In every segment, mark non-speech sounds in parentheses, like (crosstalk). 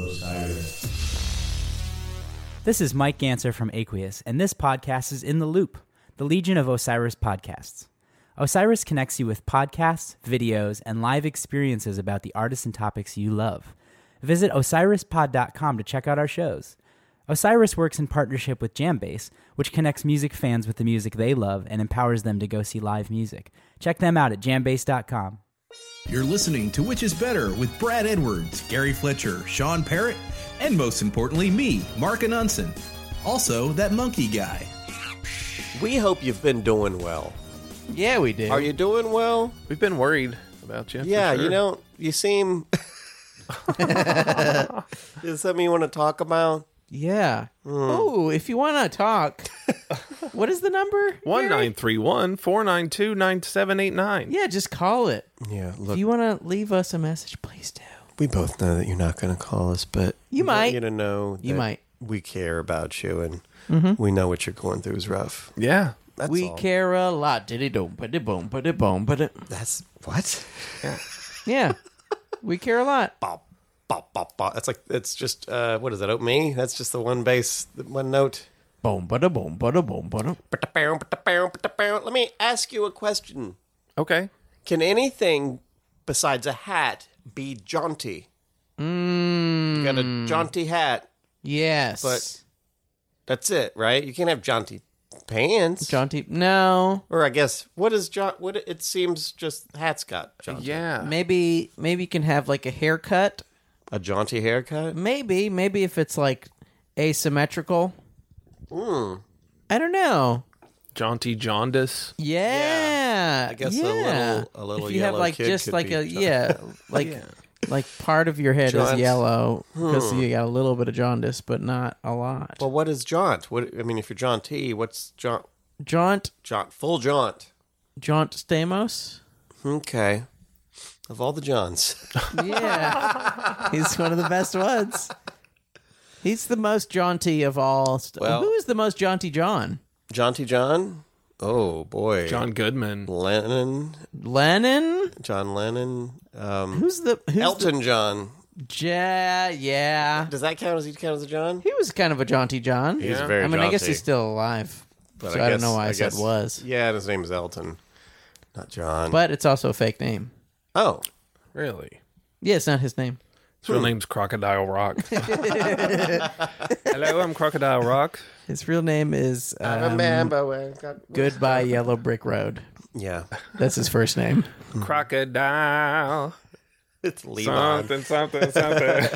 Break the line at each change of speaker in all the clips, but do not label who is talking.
Osiris.
This is Mike Ganser from Aqueous, and this podcast is In the Loop, the Legion of Osiris podcasts. Osiris connects you with podcasts, videos, and live experiences about the artists and topics you love. Visit osirispod.com to check out our shows. Osiris works in partnership with Jambase, which connects music fans with the music they love and empowers them to go see live music. Check them out at jambase.com.
You're listening to Which is Better with Brad Edwards, Gary Fletcher, Sean Parrott, and most importantly, me, Mark Anunson. Also, that monkey guy.
We hope you've been doing well.
Yeah, we did.
Are you doing well?
We've been worried about you. for
Yeah, you
sure.
know, you
(laughs)
seem. Is something you want to talk about?
Yeah.
Hmm.
Oh, if you want
(laughs)
to talk, what is the number?
one nine three one four nine two nine seven eight nine.
Yeah, just call it.
Yeah,
If
look,
you want to leave us a message, please do.
we both know that you're not going to call us, but
You
we want
might.
You to know
You
that
might. Mm-hmm.
We care about you, and we know what you're going through is rough.
Yeah.
That's
we
all.
care a lot. Diddy dom, but it boom, but it boom, but it.
That's what. (laughs)
Yeah, we care a lot.
Bop, bop, bop, bop. That's like it's just uh, what is that? Open me. That's just the one bass, the one note.
Boom, but a boom, but a boom, but a.
Let me ask you a question.
Okay.
Can anything besides a hat be jaunty?
Mm.
You got a jaunty hat.
Yes.
But- That's it, right? You can't have jaunty pants.
Jaunty. No.
or I guess what is jaunt? What it seems just hats got jaunty.
Yeah.
Maybe maybe you can have like a haircut.
A jaunty haircut.
Maybe maybe if it's like asymmetrical.
Hmm.
I don't know.
Jaunty jaundice.
Yeah,
I guess a
yeah.
little- a little
If you have
yellow
like
kid
just
could
like
be
a
jaundice.
yeah, like
(laughs)
like part of your head
Jaundice.
is yellow because you got a little bit of jaundice, but not a lot.
Hmm. Well, what is jaunt? What I mean, if you're jaunty, what's jaunt?
jaunt,
Jaunt, full jaunt.
jaunt Stamos.
Okay. Of all the Johns,
Yeah, (laughs) he's one of the best ones. He's the most jaunty of all. St-
Well-
Who is the most jaunty John?
(laughs) jaunty John. Oh boy,
John Goodman.
Lennon,
Lennon.
John Lennon, um,
Who's the who's
Elton John.
The, ja, yeah.
Does that count as he count as a John?
He was kind of a jaunty John.
He's
Yeah.
very.
I mean, I guess
jaunty.
he's still alive.
But
so I, don't know
guess-
why I, said
guess-
was.
Yeah, and his name is Elton, not John.
But it's also a fake name.
oh,
Really?
Yeah, it's not his name.
His real name's Crocodile Rock. Hello, I'm Crocodile Rock.
His real name is
I
um,
remember when. God-
Goodbye Yellow Brick Road.
Yeah, (laughs)
That's his first name.
Crocodile.
it's Levon.
Something, something, something.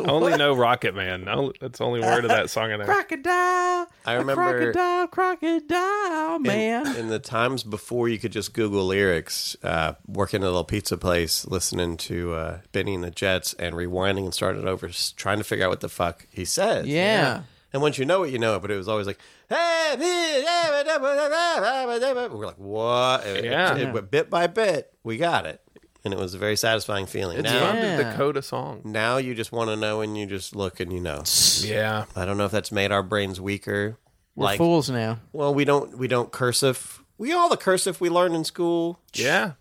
only know Rocket Man. No, that's the only word of that song in there.
Crocodile.
I remember-
Crocodile, crocodile, man.
In the times before you could just Google lyrics, uh, working at a little pizza place, listening to uh, Benny and the Jets, and rewinding and starting over, s- trying to figure out what the fuck he says.
Yeah.
And once you know it, you know it. But it was always like, hey, me, yeah, blah, blah, blah, blah, blah, blah. we're like, what? It-
Yeah.
It, it, went bit by bit, we got it, and it was a very satisfying feeling.
It's
now,
from the
Yeah.
Dakota song.
now you just want to know, and you just look, and you know.
Yeah.
I don't know if that's made our brains weaker.
We're fools now.
well, we don't we don't cursive. We all the cursive we learned in school.
Yeah.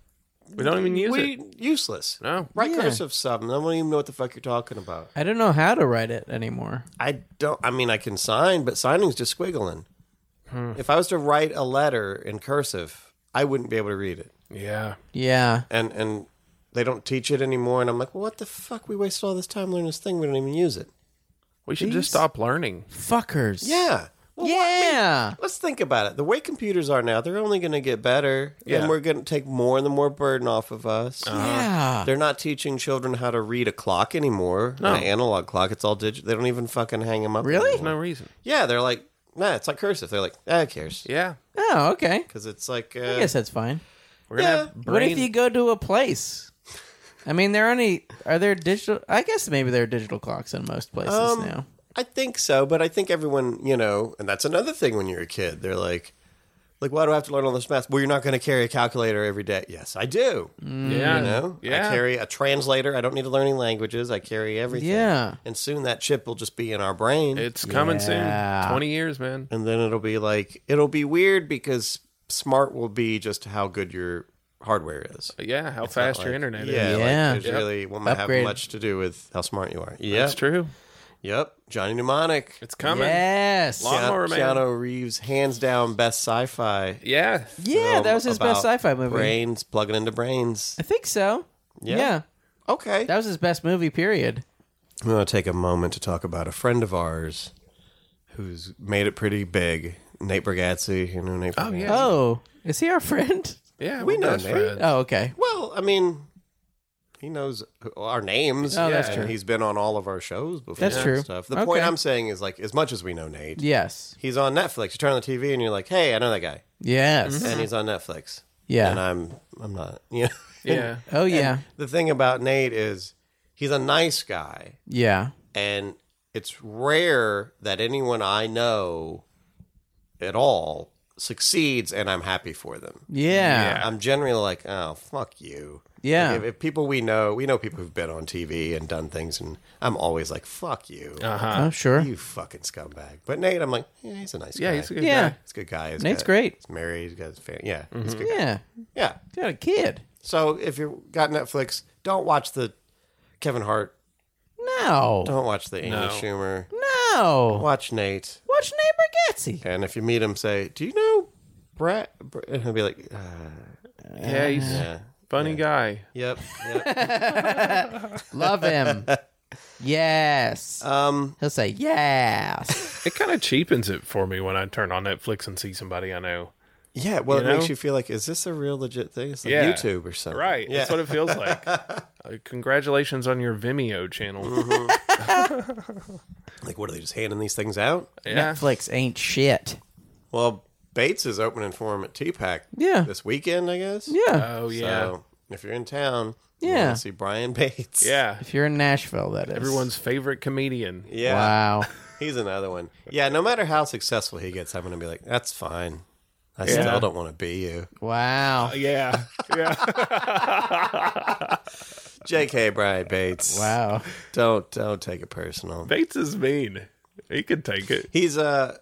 We don't even use
we
it.
useless.
No.
Write
Yeah.
cursive something. I don't even know what the fuck you're talking about.
I don't know how to write it anymore.
I don't. I mean, I can sign, but signing's just squiggling.
Hmm.
If I was to write a letter in cursive, I wouldn't be able to read it.
Yeah.
Yeah.
And and they don't teach it anymore. And I'm like, well, what the fuck? We wasted all this time learning this thing. We don't even use it.
We should
These-
just stop learning.
Fuckers.
Yeah. Well, why- I mean,
yeah.
Let's think about it. The way computers are now, they're only going to get better,
Yeah.
and we're going to take more and more burden off of us.
Ah. yeah.
They're not teaching children how to read a clock anymore.
No.
An analog clock. It's all digital. They don't even fucking hang them up.
Really?
anymore.
No reason.
Yeah, they're like, nah, it's like cursive. They're like, ah, who cares?
Yeah.
Oh, okay.
Because it's like, uh,
I guess that's fine.
We're gonna have brain.
What if you go to a place? I mean, there are any are there digital? I guess maybe there are digital clocks in most places now.
um, I think so, but I think everyone, you know, and that's another thing when you're a kid. They're like, like, why do I have to learn all this math? Well, you're not going to carry a calculator every day. Yes, I do.
yeah.
You know,
Yeah.
I carry a translator. I don't need to learn any languages. I carry everything.
Yeah.
And soon that chip will just be in our brain.
It's coming
Yeah.
soon. Twenty years, man.
and then it'll be like, it'll be weird because smart will be just how good your hardware is.
Yeah, how fast your
Like,
internet
yeah,
is.
like,
Yeah.
there's
Yep.
really won't have
Upgrade.
much to do with how smart you are. Yep,
That's true.
Yep, Johnny Mnemonic.
It's coming.
Yes.
Long- Lawnmower Man.
Keanu Reeves, hands down, best sci-fi.
Yeah.
Yeah,
film
that was his best
about
sci-fi movie.
Brains plugging into
(laughs)
brains.
I think so.
Yeah.
yeah.
Okay,
That was his best movie, period.
I'm going to take a moment to talk about a friend of ours who's made it pretty big, Nate Bargatze. You know Nate? Oh
yeah.
Oh, is he our (laughs) friend?
Yeah.
We
we're
know
best
Nate.
friends.
Oh, okay.
Well, I mean, he knows our names.
Oh, that's
and
true.
He's been on all of our shows before.
That's
and
true.
Stuff. The point
Okay.
I'm saying is like, as much as we know Nate,
Yes.
he's on Netflix. You turn on the TV and you're like, hey, I know that guy,
Yes.
and he's on Netflix.
Mm-hmm. Yeah.
Mm-hmm. and I'm I'm not. (laughs) You know,
Yeah.
Oh, yeah.
the thing about Nate is he's a nice guy,
Yeah.
and it's rare that anyone I know at all succeeds, and I'm happy for them.
Yeah.
I'm generally like, oh, fuck you.
Yeah.
Like, if, if people we know, we know people who've been on TV and done things, and I'm always like, fuck you.
Oh, sure.
You fucking scumbag. But Nate, I'm like, yeah, he's a nice
Yeah.
guy.
He's a good
Yeah.
guy.
He's a good guy. He's
Nate's
got-
great.
He's married. He's got his family. Yeah. He's good.
Yeah.
Yeah.
Got a kid.
So if you've got Netflix, don't watch the Kevin Hart.
No.
Don't watch the Amy Schumer.
No.
Watch Nate.
Watch Neighbor Gatsy.
And if you meet him, say, do you know Brett? Br-" And he'll be like, uh,
(laughs) Yeah. He's
yeah.
funny guy.
Yep. yep.
(laughs)
(laughs)
Love him. yes.
Um,
He'll say yes.
(laughs)
It kind of cheapens it for me when I turn on Netflix and see somebody I know.
yeah. Well,
You
it makes
know?
you feel like, is this a real legit thing? It's like
Yeah.
YouTube or something.
Right.
Yeah.
That's what it
(laughs)
feels like. Uh, congratulations on your Vimeo channel.
(laughs) like, what are they just handing these things out?
Yeah.
Netflix ain't shit.
Well, Bates is opening for him at TPAC
Yeah.
this weekend, I guess.
Yeah.
Oh yeah.
So if you're in town, you
Yeah.
wanna see Brian Bates.
yeah.
if you're in Nashville, that is.
Everyone's favorite comedian.
(laughs) Yeah.
Wow.
He's another one. Yeah, no matter how successful he gets, I'm going to be like, that's fine. I still don't want to be you. (laughs)
Wow.
Yeah. Yeah.
JK Brian Bates.
Wow.
Don't don't take it personal.
Bates is mean. He could take it.
He's a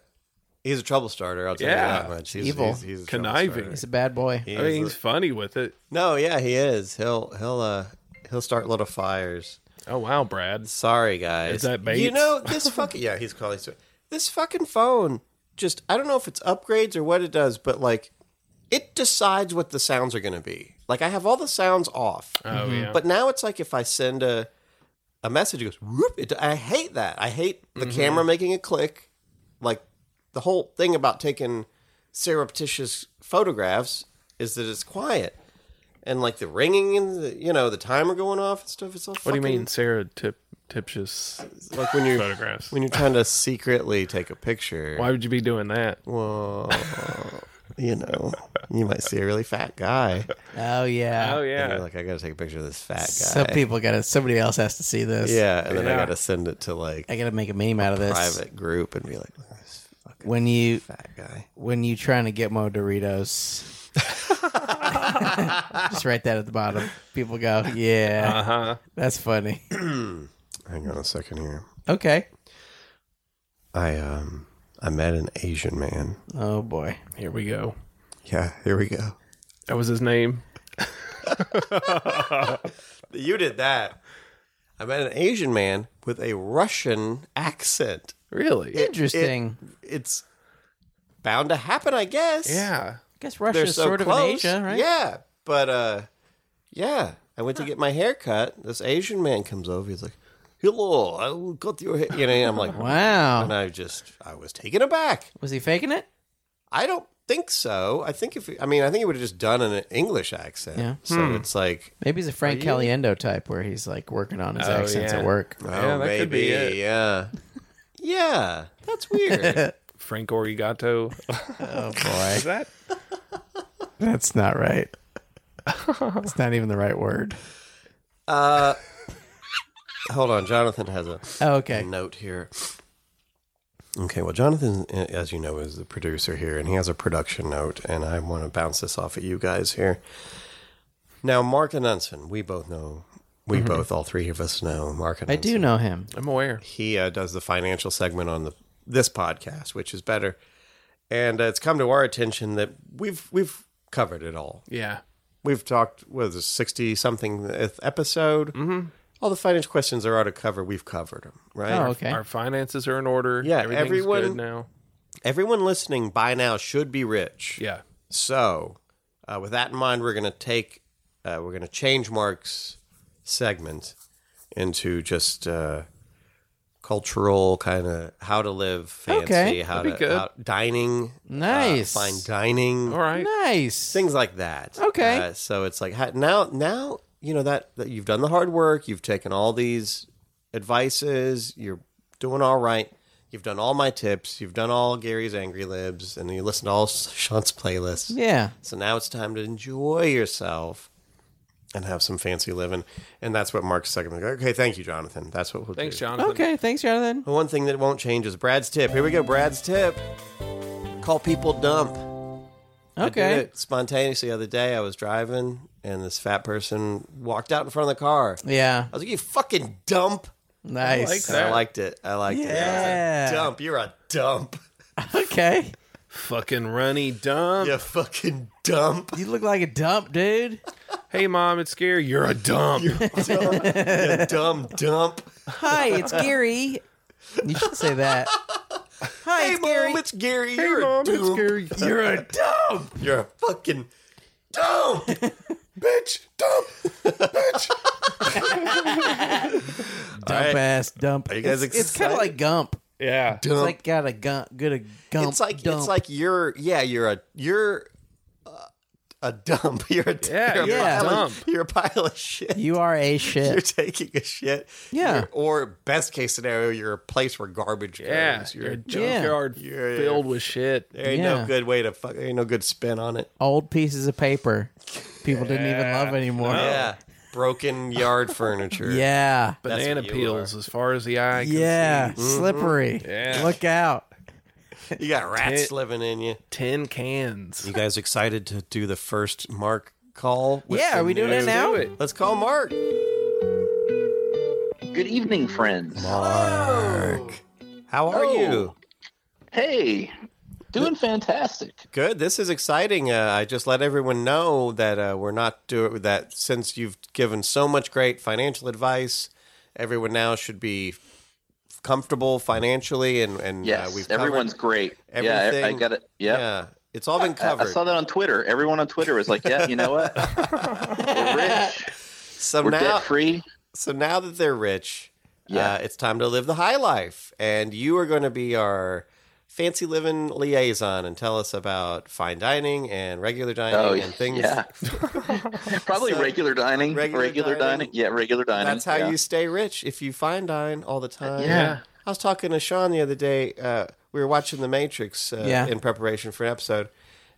he's a trouble starter, I'll tell
Yeah.
you that much. He's
Evil.
He's, he's a trouble
Conniving.
starter.
He's a bad boy.
He
I mean,
is
he's funny with it.
a- no, yeah, he is. He'll he'll uh he'll start little fires.
Oh wow, Brad.
Sorry guys.
Is that
You
Bates? (laughs)
know, this fucking yeah, he's calling this fucking phone just I don't know if it's upgrades or what it does, but like it decides what the sounds are going to be. Like I have all the sounds off.
Oh yeah.
But now it's like if I send a a message, it goes whoop. It, I hate that. I hate
Mm-hmm.
the camera making a click. Like the whole thing about taking surreptitious photographs is that it's quiet and like the ringing and the you know the timer going off and stuff. It's all
what do you mean, Sarah Tip Tipshus
Like when you're
photographs?
when you're trying to secretly take a picture.
Why would you be doing that?
Well, you know, you might see a really fat guy.
Oh yeah.
Oh
And
yeah.
you're like, I gotta take a picture of this fat guy.
Some people gotta. Somebody else has to see this.
yeah, and then I
Yeah.
gotta send it to like
I gotta make a meme out of this.
private group and be like, look at this fucking
When you
fat guy.
when you trying to get more Doritos. Just write that at the bottom. People go, yeah,
uh-huh.
that's funny.
(clears throat) Hang on a second here.
Okay.
I um I met an Asian man.
Oh boy.
Here we go.
Yeah, here we go.
That was his name.
You did that. I met an Asian man with a Russian accent.
Really?
Interesting.
It's bound to happen, I guess.
yeah.
I guess
They're
Russia's
so
sort
close.
of in Asia, right?
Yeah. But uh yeah. I went to get my hair cut. This Asian man comes over, he's like, Hello, I got your hair you know, I'm (laughs) like
Wow.
and I just I was taken aback.
Was he faking it?
I don't think so. I think if I mean, I think he would have just done an English accent.
Yeah.
So
Hmm.
it's like,
Maybe he's a Frank Caliendo type where he's like working on his
Oh,
accents
yeah.
at work. (laughs)
oh,
Yeah, that
maybe,
could be it.
yeah, yeah. That's
(laughs)
weird.
Frank Origato.
Oh boy.
(laughs) Is that?
that's not right. It's not even the right word.
Uh, Hold on, Jonathan has a
Oh, okay.
note here. Okay, well, Jonathan, as you know, is the producer here, and he has a production note, and I want to bounce this off at you guys here. Now, Mark and Unson, we both know, we
Mm-hmm.
both, all three of us know Mark and
I do know him.
I'm aware.
he uh, does the financial segment on the this podcast, which is better. And uh, it's come to our attention that we've we've covered it all.
Yeah.
We've talked with the sixty something episode. Mm-hmm. All the finance questions there are to cover, we've covered them, right?
Oh, okay.
Our finances are in order.
Yeah,
Everything's
everyone-
good now.
Everyone listening by now should be rich.
Yeah.
So, uh, with that in mind, we're going to take, uh, we're going to change Mark's segment into just uh, cultural kind of how to live fancy,
Okay,
how to
that'd be good.
how, dining, uh,
Nice.
fine dining,
All right.
Nice.
things like that.
Okay.
Uh, so it's like ha- now, now you know that, that you've done the hard work, you've taken all these advices, you're doing all right. You've done all my tips. You've done all Gary's Angry Libs, and you listen to all (laughs) Sean's playlists.
Yeah.
So now it's time to enjoy yourself and have some fancy living. And that's what Mark's segment. Okay, thank you, Jonathan. That's what we'll
Thanks,
do.
Jonathan.
Okay. Thanks, Jonathan.
The one thing that won't change is Brad's tip. Here we go, Brad's tip. Call people dump. I did
Okay.
it spontaneously the other day. I was driving and this fat person walked out in front of the car. I
Yeah.
was like, you fucking dump.
Nice.
like
And I
Fair.
liked it. I liked
Yeah.
it. I was like, dump. You're a dump.
Okay.
Fucking runny dumb.
You fucking dump.
You look like a dump, dude.
Hey, mom, it's Gary. You're
(laughs)
a dump.
dump. You dumb dump.
Hi, it's Gary. You should say that. Hi,
Hey,
it's Gary.
Mom, it's Gary.
hey,
You're a
mom, it's
dump.
Gary.
You're
(laughs)
a dump.
You're a fucking (laughs) dump, bitch, dump.
Dump ass dump.
you guys
it's kind of
excited?
like Gump.
Yeah.
It's like got a gump, good a gump.
It's like
dump.
it's like you're yeah you're a you're uh, a dump. (laughs) You're a
Yeah,
you're,
you're
a
a pile
dump.
Of, you're a pile of shit.
you are a
You're
shit.
taking a shit.
Yeah.
You're- or best case scenario, you're a place where garbage
Yeah.
goes.
You're a
You're,
junkyard
You're-
filled with shit.
there ain't
Yeah.
no good way to fuck. There ain't no good spin on it.
Old pieces of paper. People didn't even love anymore.
Yeah. Broken yard (laughs) furniture.
Yeah.
Banana
you
peels as far as the eye can
Yeah.
see.
Slippery.
Yeah.
Look out.
You got rats
Tit-
living in you.
Tin cans.
You guys excited to do the first Mark call? with
yeah,
the
are we doing
news?
it now?
Do it.
Let's call Mark.
Good evening, friends.
Mark. How are
Hello.
you?
Hey, doing fantastic.
Good. This is exciting. Uh, I just let everyone know that uh, we're not doing that since you've given so much great financial advice. Everyone now should be comfortable financially, and and
Yes,
uh, we've covered
everyone's great.
everything.
Yeah, I, I got it. Yep. Yeah.
Yeah, it's all been
I,
covered.
saw that on Twitter. Everyone on Twitter was like, "Yeah, you know what? We're rich.
so
We're
now,
debt free.
so now that they're rich,
Yeah.
uh, it's time to live the high life, and you are going to be our fancy living liaison and tell us about fine dining and regular dining
Oh,
and things
yeah. Probably
So,
regular dining.
regular
Regular,
dining.
dining. Yeah, regular dining.
That's how
yeah.
you stay rich if you fine dine all the time.
Yeah.
I was talking to Sean the other day. Uh, we were watching The Matrix uh,
Yeah.
in preparation for an episode.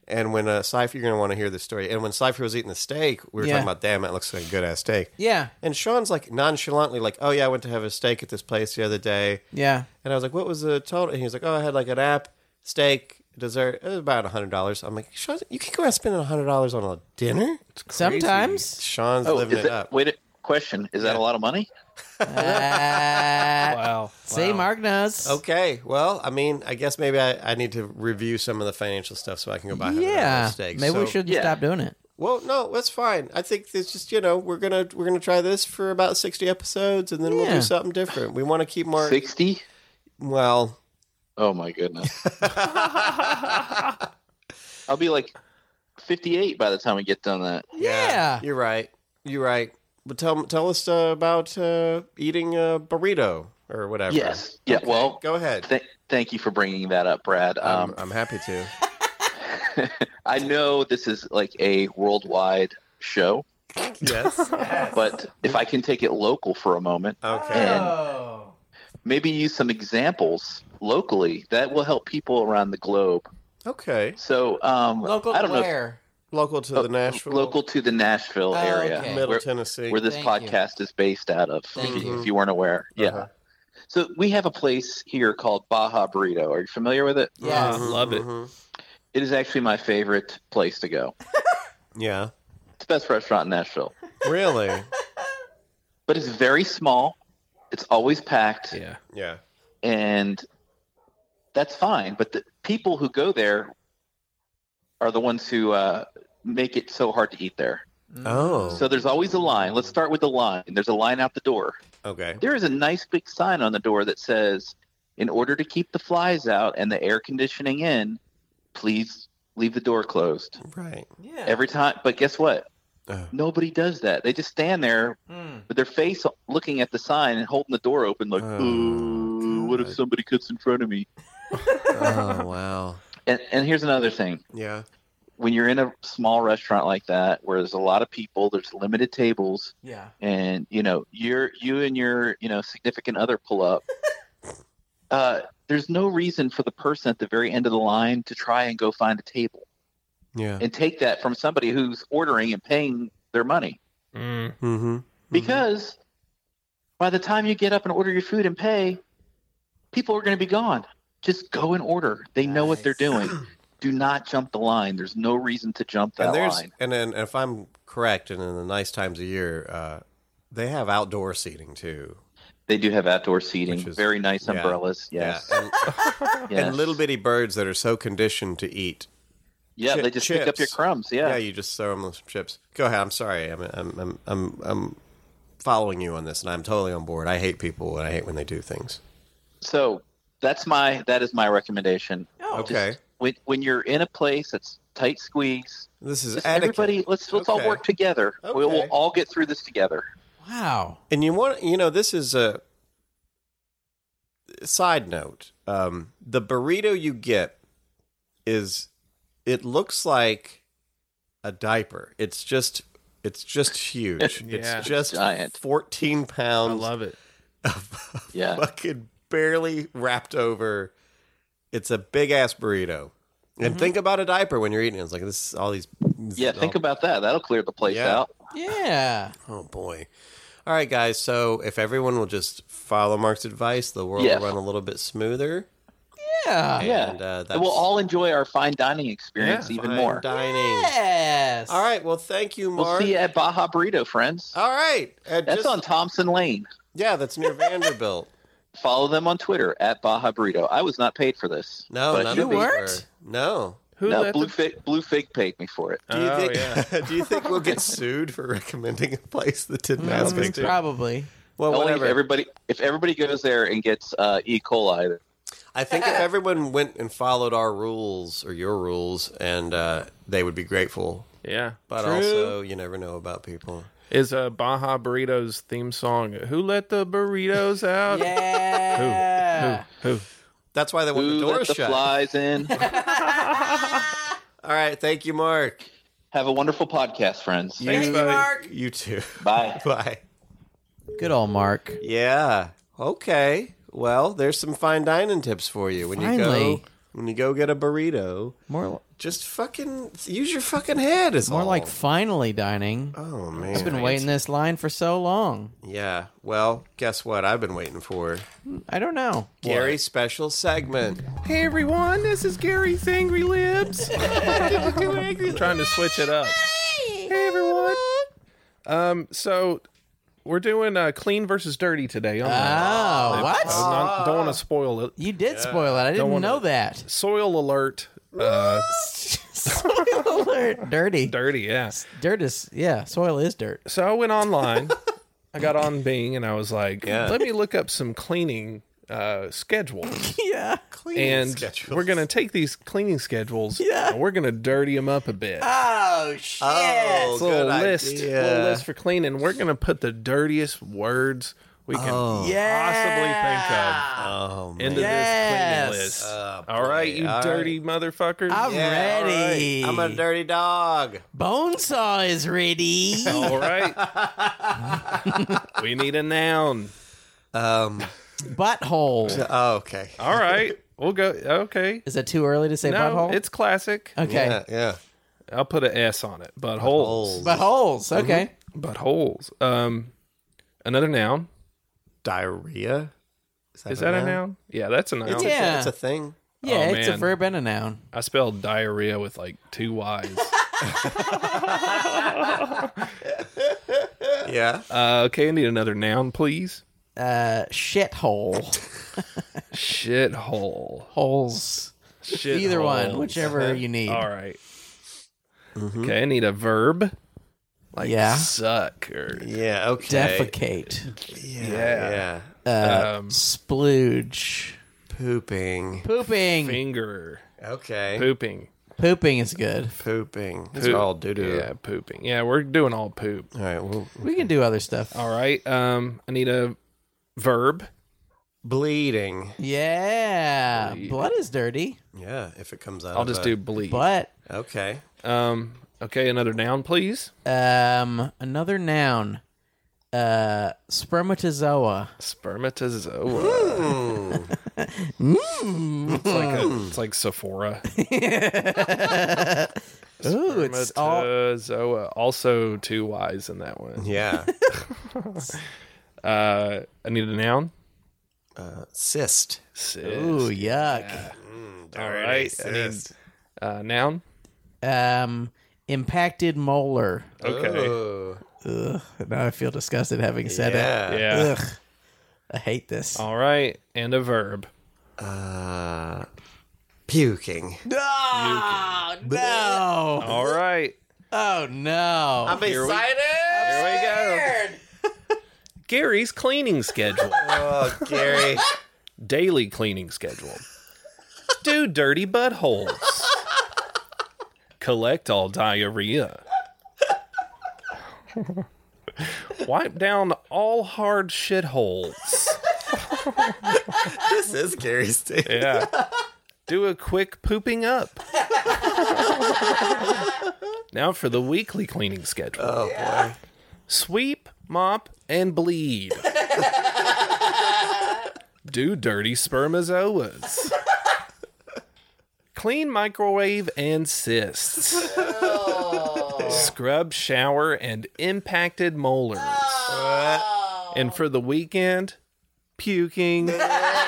And when uh, Cypher, you're going to want to hear this story. And when Cypher was eating the steak, we were
Yeah.
talking about, damn, that looks like a good ass steak.
Yeah.
And Sean's like nonchalantly, like, oh, yeah, I went to have a steak at this place the other day.
Yeah.
And I was like, what was the total? And he was like, oh, I had like an app, steak, dessert. It was about $100. I'm like, Sean, you can't go out spending $100 on a dinner? (laughs)
Sometimes.
Sean's
Oh,
living
is
it,
it?
up.
Wait, a- question. Is that a lot of money?
Uh,
Wow.
see, Mark knows.
Okay. Well, I mean, I guess maybe I, I need to review some of the financial stuff so I can go buy
Yeah.
$100 steaks.
Maybe we
So-
should
Yeah.
stop doing it.
Well, no, that's fine. I think it's just you know we're gonna we're gonna try this for about sixty episodes, and then we'll
Yeah.
do something different. We want to keep Mark.
Sixty.
Well,
Oh
(laughs)
my goodness. I'll be like fifty-eight by the time we get done. That.
Yeah.
you're right. You're right. But tell tell us uh, about uh, eating a burrito or whatever.
Yes. Yeah.
Okay,
Well,
go ahead.
th- thank you for bringing that up, Brad. Um,
I'm, I'm happy
(laughs)
to.
I know this is like a worldwide show,
yes.
(laughs)
but if I can take it local for a moment
Okay.
and maybe use some examples locally, that will help people around the globe.
Okay.
So, um,
Local
I don't know. if-
where?
Local to the Nashville,
Oh, Local to the Nashville
Oh,
area,
okay.
Middle
where,
Tennessee.
where this
Thank you.
podcast is based out of.
Thank
if,
you.
if you weren't aware, yeah.
Uh-huh.
So we have a place here called Baja Burrito. Are you familiar with it?
Yes.
Uh, love it.
Mhm.
It is actually my favorite place to go.
Yeah.
It's the best restaurant in Nashville.
Really.
but it's very small. It's always packed,
Yeah.
Yeah.
and that's fine. But the people who go there are the ones who uh, make it so hard to eat there.
Oh.
So there's always a line. Let's start with the line. There's a line out the door. (laughs)
okay.
There is a nice big sign on the door that says, "In order to keep the flies out and the air conditioning in, please leave the door closed."
Right.
Yeah.
Every time, but guess what?
Oh.
Nobody does that. They just stand there
Hmm.
with their face looking at the sign and holding the door open, like,
Oh,
"Ooh, what if
God.
somebody cuts in front of me?"
oh wow.
And, and here's another thing:
Yeah.
when you're in a small restaurant like that, where there's a lot of people, there's limited tables,
Yeah.
and you know you're you and your you know significant other pull up uh there's no reason for the person at the very end of the line to try and go find a table
Yeah.
and take that from somebody who's ordering and paying their money
Mm.
Mm-hmm.
because by the time you get up and order your food and pay people are going to be gone just go and order they know what they're doing do not jump the line there's no reason to jump that
and there's
line
and then if I'm correct, and in the nice times of year, uh, they have outdoor seating too.
they do have outdoor seating
Which is-
very nice
yeah.
umbrellas yes, (laughs)
Yeah. And,
yes.
and little bitty birds that are so conditioned to eat.
yeah
chi-
they just pick up your
chips.
crumbs
Yeah. you just throw them some chips. Go ahead. I'm sorry. I'm I'm I'm I'm, I'm following you on this, and I'm totally on board. I hate people, and I hate when they do things.
so that's my that is my recommendation.
Oh.
Just
Okay.
when when you're in a place that's tight squeeze,
This is
just
etiquette.
everybody let's let's all
Okay.
work together. We will
Okay.
all get through this together.
Wow.
And you want, you know, this is a side note. Um, the burrito you get is it looks like a diaper. It's just it's just
(laughs)
huge.
Yeah.
It's just
Giant.
fourteen
I
pounds
love it.
of (laughs)
Yeah.
fucking barely wrapped over. It's a big ass burrito. And think about a diaper when you're eating. it. It's like this is all these.
Mm-hmm. Yeah,
all-
think about that. That'll clear the place
Yeah.
out.
Yeah.
Oh boy. All right, guys. So if everyone will just follow Mark's advice, the world
Yes.
will run a little bit smoother.
Yeah.
Yeah.
And, uh, that's
And we'll all enjoy our fine dining experience
Yeah,
even
fine
more.
dining.
Yes.
All right. Well, thank you,
we'll
Mark.
see you at Baja Burrito, friends.
All right. And
that's
just-
on Thompson Lane.
Yeah, that's near Vanderbilt.
Follow them on Twitter at Baja Burrito. I was not paid for this.
No,
but I
none
should
of
be.
us
weren't?
were. No.
Who
No,
let
Blue
the-
Fig Blue Fig paid me for it.
Do you
Oh,
think?
yeah.
(laughs) do you think we'll get sued for recommending a place that didn't
Mm,
ask us to?
probably.
Well,
Only if
whatever.
everybody if everybody goes there and gets uh, E. coli,
I think if everyone went and followed our rules or your rules, and uh, they would be grateful.
Yeah.
But
True.
also, you never know about people.
Is uh, Baja Burritos theme song. Who let the burritos out?
Yeah.
Who? Who? Who?
That's why they want
Who
the door
let the
shut. (laughs)
flies in?
All right. Thank you, Mark.
Have a wonderful podcast, friends.
Thank you,
buddy.
Mark.
You too.
Bye.
(laughs) Bye.
Good old Mark.
Yeah. Okay. Well, there's some fine dining tips for you when you go
Finally.
when you go get a burrito.
More
Just fucking use your fucking head. Is
more
all.
like finally dining.
Oh
I've
man.
been waiting this line for so long.
Yeah. Well, guess what? I've been waiting for
I don't know.
Gary's special segment.
Hey everyone, this is Gary's
(laughs)
Angry Libs. Trying to switch it up. Hey everyone. Um, so we're doing uh, clean versus dirty today. aren't we?
Oh, what?
I'm not- don't want to spoil it.
You did spoil it. I didn't
wanna-
know
(laughs)
that. (laughs)
Soil alert. Uh,
Soil alert. Dirty.
dirty, yeah.
Dirt is yeah. Soil is dirt. (laughs)
So I went online. I got on Bing and I was like,
Yeah.
let me look up some cleaning uh, schedules.
Yeah.
Clean
And
schedules.
we're going to take these cleaning schedules
Yeah.
and we're going to dirty them up a bit.
Oh shit.
Oh,
It's a little
good
list,
idea.
little list for cleaning. We're gonna put the dirtiest words we can
Yeah.
possibly
Oh man.
think of into
Yes.
this cleaning list.
Oh,
all right, you
boy. All
dirty motherfuckers.
I'm
Yeah, all right.
ready.
I'm a dirty dog.
Bonesaw is ready.
(laughs)
all right. we need a noun.
Um. (laughs)
butthole.
Oh, okay.
All right, we'll go. Okay.
Is that too early to say
No,
butthole? Uh.
it's classic.
okay.
Yeah. Yeah.
I'll put an S on it. Buttholes.
Buttholes.
Mm-hmm.
Okay.
Oh, Buttholes. Um, another noun.
Diarrhea.
Is that a noun? Yeah, that's a noun.
It's,
Yeah.
a, it's a thing.
Yeah,
Oh,
it's a
man.
verb and a noun.
I spelled diarrhea with like two Y's.
Yeah.
uh, okay, I need another noun, please.
Uh,
(laughs)
shithole.
Shithole.
Holes.
Shit
Either
(laughs)
one, whichever you need.
All right. Okay, I need a verb. Like
Mm-hmm. Yeah.
suck or
Yeah. Okay.
defecate,
Yeah.
Yeah.
yeah.
uh,
Um,
splooge,
Pooping.
pooping.
finger
Okay.
pooping.
Pooping is good.
Pooping. It's
Poop.
all doo doo.
Yeah, pooping. Yeah, we're doing all poop.
All right. Well,
We can do other stuff.
All right. Um, I need a verb.
bleeding. Oh,
Yeah, blood is dirty,
Yeah. If it comes out.
I'll
of
just
a-
do bleed.
but
Okay.
Um, okay, another noun, please.
um, another noun, uh, spermatozoa.
Spermatozoa.
Hmm.
it's like a, it's
(laughs)
like Sephora.
Ooh, it's all
Spermatozoa. Also two Y's in that one.
Yeah.
Uh, I need a noun.
uh, cyst.
Sis.
ooh yuck.
All right. I need
Cyst.
uh, noun.
Um, impacted molar.
Okay.
Ooh.
Ugh, now I feel disgusted having said
Yeah. Oh.
it.
Yeah.
Ugh, I hate this.
All right, and a verb.
Uh, puking.
No, no,
All right.
oh no.
I'm excited.
Here we go. (laughs) Gary's cleaning schedule.
(laughs) Oh, Gary.
Daily cleaning schedule. Do dirty buttholes. Collect all diarrhea. Wipe down all hard shitholes.
this is Gary's thing.
Yeah. Do a quick
(laughs)
pooping up. now for the weekly cleaning schedule.
Oh boy.
sweep, mop, and bleed. Do dirty spermazoas. Clean microwave and cysts.
Oh.
Scrub shower and impacted molars.
Oh.
And for the weekend, puking. That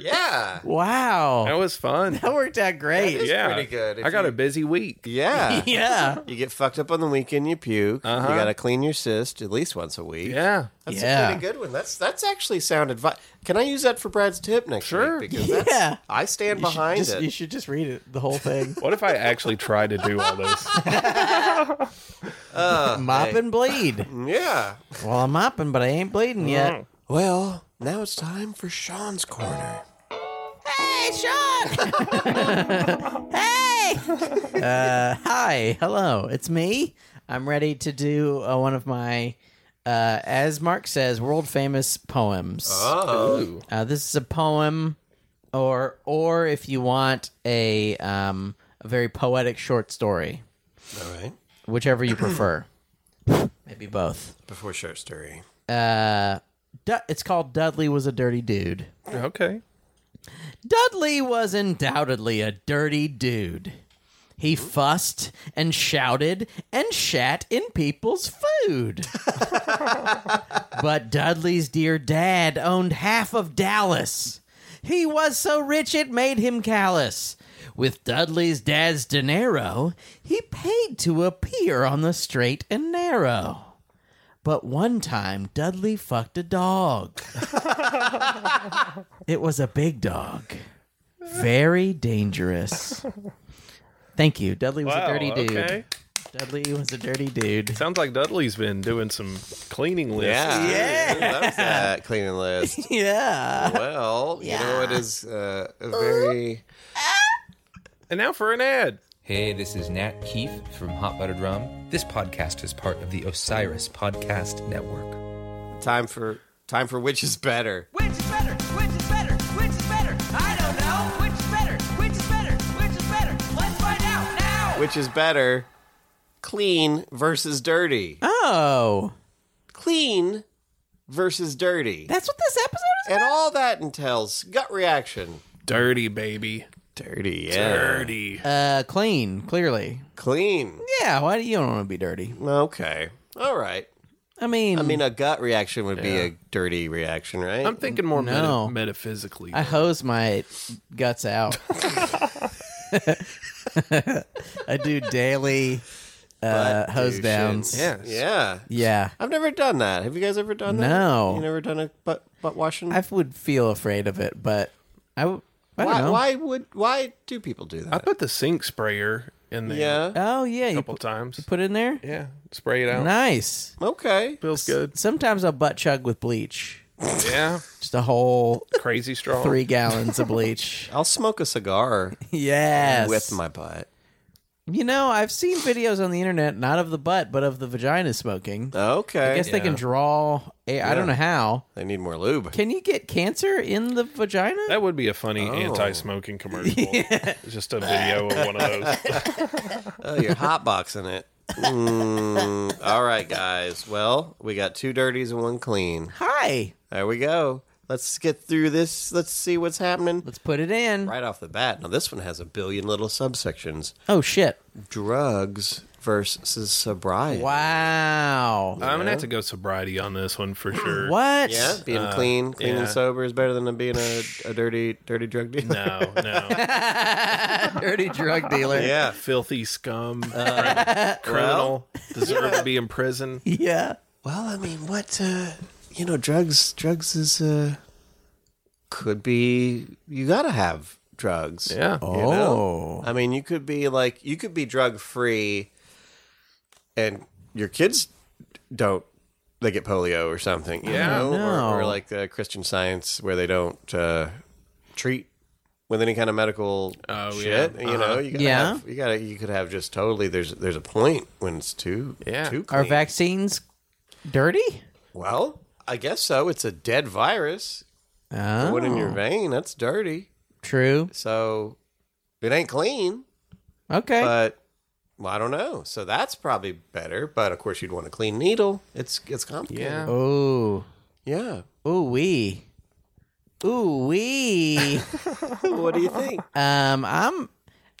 Yeah.
wow,
was fun.
that worked out great.
is-
yeah,
pretty good. If
I got
you-
a busy week. (laughs)
Yeah.
(laughs) Yeah,
You get fucked up on the weekend, you puke.
Uh-huh.
You gotta clean your cyst at least once a week.
Yeah,
That's
Yeah.
a pretty good one. That's that's actually sound advice. Can I use that for Brad's tip next
Sure.
week? Because that's,
Yeah.
I stand
You should
behind
just-
it.
You should just read it, the
(laughs)
whole thing.
What if I actually try to do all this?
Oh,
mop and bleed.
Mm, Yeah.
Well, I'm mopping, but I ain't bleeding yet.
Well, now it's time for Sean's corner.
Hey, Sean! (laughs) hey! Uh, hi, hello, it's me. I'm ready to do uh, one of my, uh, as Mark says, world famous poems.
Ooh.
Uh, this is a poem, or or if you want a um, a very poetic short story,
All right.
whichever you (clears throat) prefer. Maybe both.
Before short story.
Du- it's called Dudley was a dirty dude.
Okay.
Dudley was undoubtedly a dirty dude. He fussed and shouted and shat in people's food. but Dudley's dear dad owned half of Dallas. He was so rich it made him callous. With Dudley's dad's dinero, he paid to appear on the straight and narrow. But one time, Dudley fucked a dog. It was a big dog. Very dangerous. Thank you. Dudley was
Wow,
a dirty dude.
okay.
Dudley was a dirty dude. (laughs)
Sounds like Dudley's been doing some cleaning lists.
Yeah. Yeah. Loves
(laughs)
that cleaning list.
Yeah.
Well, you know it is uh, a very
And now for an ad.
Hey, this is Nat Keefe from Hot Buttered Rum. This podcast is part of the Osiris Podcast Network.
time for time for which is better.
Which is better? Which is better? Which is better? I don't know. Which is better? Which is better? Which is better? Let's find out now.
Which is better? Clean versus dirty.
Oh,
Clean versus dirty.
that's what this episode is.
And all that entails gut reaction.
Dirty, baby.
Dirty, yeah.
Dirty.
Uh, clean, clearly.
Clean.
Yeah. Why do you don't want to be dirty?
Okay. All right.
I mean,
I mean, a gut reaction would be a dirty reaction, right?
I'm thinking more meta-
No.
metaphysically.
I hose my guts out. (laughs) I do daily uh,
Butt
hose
douches.
downs.
yes.
yeah.
Yeah.
I've never done that. Have you guys ever done that?
No.
You never done a butt butt washing?
I would feel afraid of it, but I, w- I don't
why,
know.
why would why do people do
I
that?
bet the sink sprayer in there
Yeah.
Oh yeah,
a
you
couple
put,
times.
put it in there.
yeah, spray it out.
Nice.
Okay.
Feels good.
Sometimes I'll butt chug with bleach.
Yeah,
Just a whole
crazy strong.
three gallons of
(laughs)
bleach.
I'll smoke a cigar
yes.
with my butt.
You know, I've seen videos on the internet, not of the butt, but of the vagina smoking.
Okay.
I guess they can draw. A, I don't know how.
They need more lube.
Can you get cancer in the vagina?
That would be a
Oh.
funny anti-smoking (laughs) commercial. Just a video of one of
(laughs)
those.
Oh, you're hot boxing it.
(laughs)
Mm, all right, guys. Well, we got two dirties and one clean.
Hi.
There we go. Let's get through this. Let's see what's happening
Let's put it in.
right off the bat. Now, this one has a billion little subsections
Oh shit!
drugs versus sobriety.
Wow.
I'm gonna have to go sobriety on this one for sure.
What?
Yeah, being clean, clean and
Uh, yeah.
sober is better than being a, a dirty, dirty drug dealer.
No, no.
(laughs)
(laughs)
Dirty drug
(laughs)
dealer.
Yeah.
filthy scum, Uh. criminal, deserve to be in (laughs) prison.
Yeah.
Well, I mean, what uh, you know, drugs, drugs is uh, could be you gotta have drugs.
Yeah.
You
Oh.
know? I mean, you could be like you could be drug free, and your kids don't. They get polio or something, you
Yeah.
know,
No.
or, or like the Christian Science where they don't uh, treat with any kind of medical
Oh,
shit.
yeah.
You know, you gotta
Yeah.
have, you gotta you could have just totally. There's there's a point when it's too
Yeah.
too
Are
clean.
vaccines dirty?
Well, I guess so. It's a dead virus.
Oh,
Put in your vein. That's dirty.
true.
So it ain't clean,
Okay.
but well, I don't know. So that's probably better. But of course, you'd want a clean needle. It's it's complicated.
Yeah.
oh.
Yeah.
Ooh wee.
(laughs)
Ooh wee.
what do you
(laughs)
think?
um, I'm.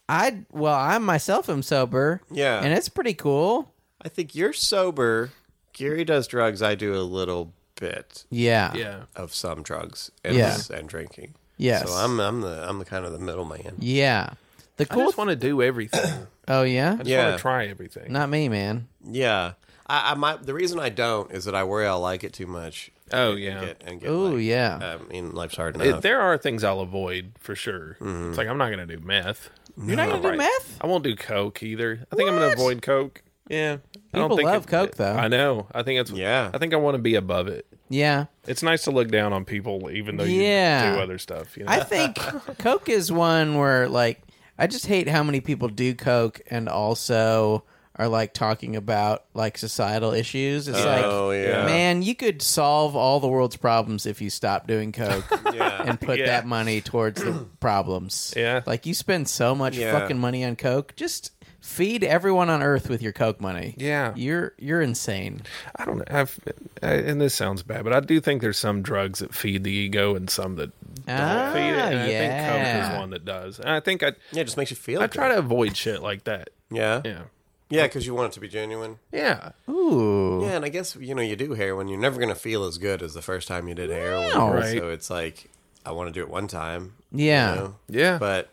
I well, I myself am sober.
Yeah.
And it's pretty cool.
I think you're sober. Gary does drugs. I do a little bit
Yeah.
Yeah.
of some drugs and
Yeah.
and drinking.
Yes.
So I'm I'm the I'm the kind of the middleman.
Yeah. The
I
cool.
just want to do everything.
oh yeah.
I just
Yeah.
want to try everything.
Not me, man.
Yeah. I, I might the reason I don't is that I worry I'll like it too much.
Oh, yeah.
Get, and get
Ooh
like, uh,
yeah.
I mean, life's hard
It-
enough.
there are things I'll avoid for sure. It's like I'm not gonna do meth.
You're not gonna do
Right.
meth?
I won't do coke either. I think I'm gonna avoid coke. Yeah. I
People
don't think
love coke, though.
I know. I think it's.
Yeah.
I think I want to be above it.
Yeah.
It's nice to look down on people, even though you
Yeah.
do other stuff. You know?
I think (laughs) Coke is one where like I just hate how many people do Coke and also are like talking about like societal issues. It's
oh
like
yeah,
man, you could solve all the world's problems if you stop doing Coke
(laughs) Yeah.
and put
Yeah.
that money towards the
(clears throat)
problems.
Yeah.
Like you spend so much
Yeah.
fucking money on Coke. Just feed everyone on earth with your Coke money.
Yeah.
You're you're insane.
I don't know. I've, I, and this sounds bad, but I do think there's some drugs that feed the ego and some that don't
Ah,
feed it. And I think
yeah.
Coke is one that does. And I think I,
yeah, it just makes you feel.
I
good.
try to avoid shit like that.
Yeah,
Yeah.
yeah, because you want it to be genuine.
Yeah.
Ooh.
Yeah, and I guess you know you do heroin. You're never gonna feel as good as the first time you did heroin.
Right.
So it's like I want to do it one time.
Yeah.
You know?
Yeah.
But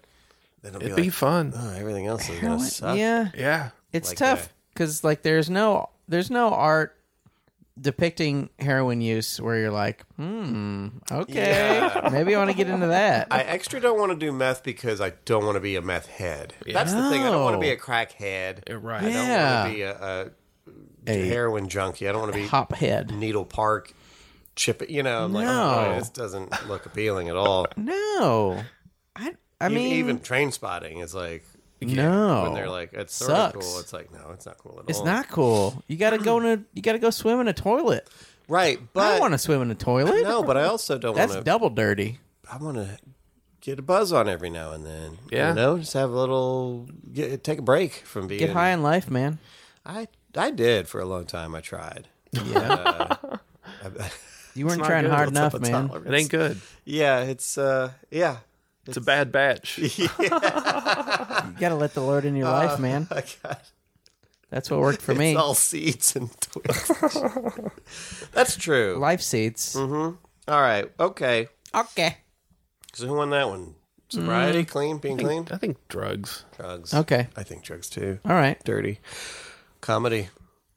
then it'll
It'd
be,
be
like,
fun.
oh, everything else is gonna suck.
Yeah.
Yeah.
It's
like
tough
that.
because like there's no there's no art depicting heroin use where you're like, hmm, okay, maybe I want to get into that.
I extra don't want to do meth because I don't want to be a meth head. That's the thing. I don't want to be a crackhead.
Yeah, Right.
I
Yeah.
don't want to be a, a heroin junkie. I don't want to be
Hop head.
Needle Park chip it. You know, I'm like,
No.
oh, this doesn't look appealing at all.
No, I I
even,
mean
even train spotting is like,
no.
when they're like, oh. it's sort
Oh, Sucks.
of cool. It's like, no, it's not cool at
it's
all.
not cool. You gotta go in a you gotta go swim in a toilet.
Right.
I
But
don't want to swim in a toilet.
No, but I also don't want
That's
to.
double dirty.
I want to get a buzz on every now and then.
Yeah.
You know, just have a little, get, take a break from being.
Get high in life, man.
I, I did for a long time. I tried. Uh, (laughs)
You weren't trying
good.
hard
What's up
enough,
with
man.
tolerance?
It ain't good.
Yeah. It's, uh, yeah. (laughs)
It's a bad batch.
You gotta let the Lord in your life, man.
I got
That's what worked for
Uh, (laughs)
me.
It's all seeds and (laughs) twigs. That's
(laughs)
true.
life seeds.
All right. Mm-hmm. Okay.
Okay.
So who won that one? Sobriety, clean, being clean,
I think drugs.
drugs.
Mm. Okay.
I think drugs too.
All right.
Dirty, comedy.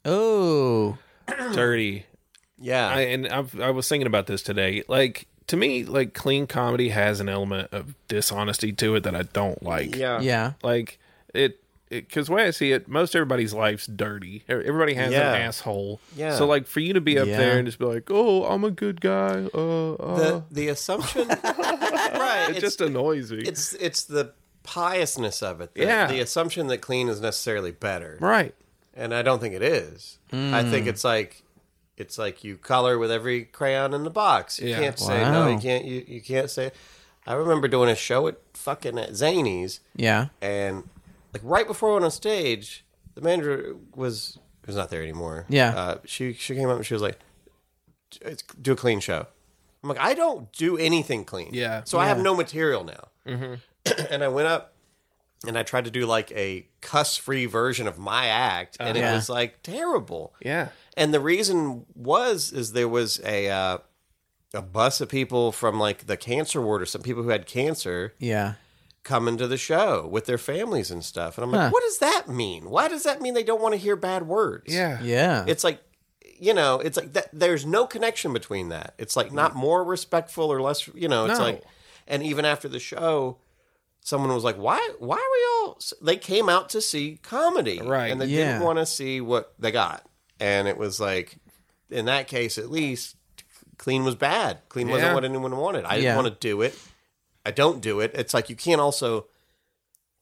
Oh,
Dirty.
Yeah.
I, and I've, I was thinking about this today. Like, to me, like, clean comedy has an element of dishonesty to it that I don't like.
yeah.
yeah.
Like, it, because way I see it, most everybody's life's dirty. E- Everybody has
Yeah.
an asshole.
Yeah.
So like for you to be up
Yeah.
there and just be like, "Oh, I'm a good guy," uh, uh
The the
(laughs)
assumption, right?
it just annoys me.
it's it's the piousness of it. The,
Yeah.
The assumption that clean is necessarily better,
right. Hmm.
and I don't think it is. I think it's like it's like you color with every crayon in the box. You
Yeah.
can't say no. You
Wow.
can't. You, you can't say. I remember doing a show at fucking at Zanies,
Yeah.
and like right before I went on stage, the manager was who's not there anymore.
Yeah.
uh, she she came up and she was like, "It's- "Do a clean show." I'm like, I don't do anything clean.
Yeah. Mm-hmm.
so I have no material now. (clears throat) and I went up and I tried to do like a cuss free version of my act, and it
Yeah.
was like terrible.
Uh-huh. Yeah.
And the reason was is there was a uh, a bus of people from like the cancer ward or some people who had cancer
Yeah.
coming to the show with their families and stuff. And I'm like, what does that mean? Why does that mean they don't want to hear bad words?
Yeah.
Yeah.
It's like, you know, it's like that, there's no connection between that. It's like not more respectful or less, you know, it's
No.
like, and even after the show, someone was like, why, why are we all, they came out to see comedy.
Right.
And they
Yeah.
didn't want to see what they got. And it was like, in that case, at least, clean was bad. Clean wasn't
Yeah.
what anyone wanted. I
Yeah.
didn't want to do it. I don't do it. It's like you can't also.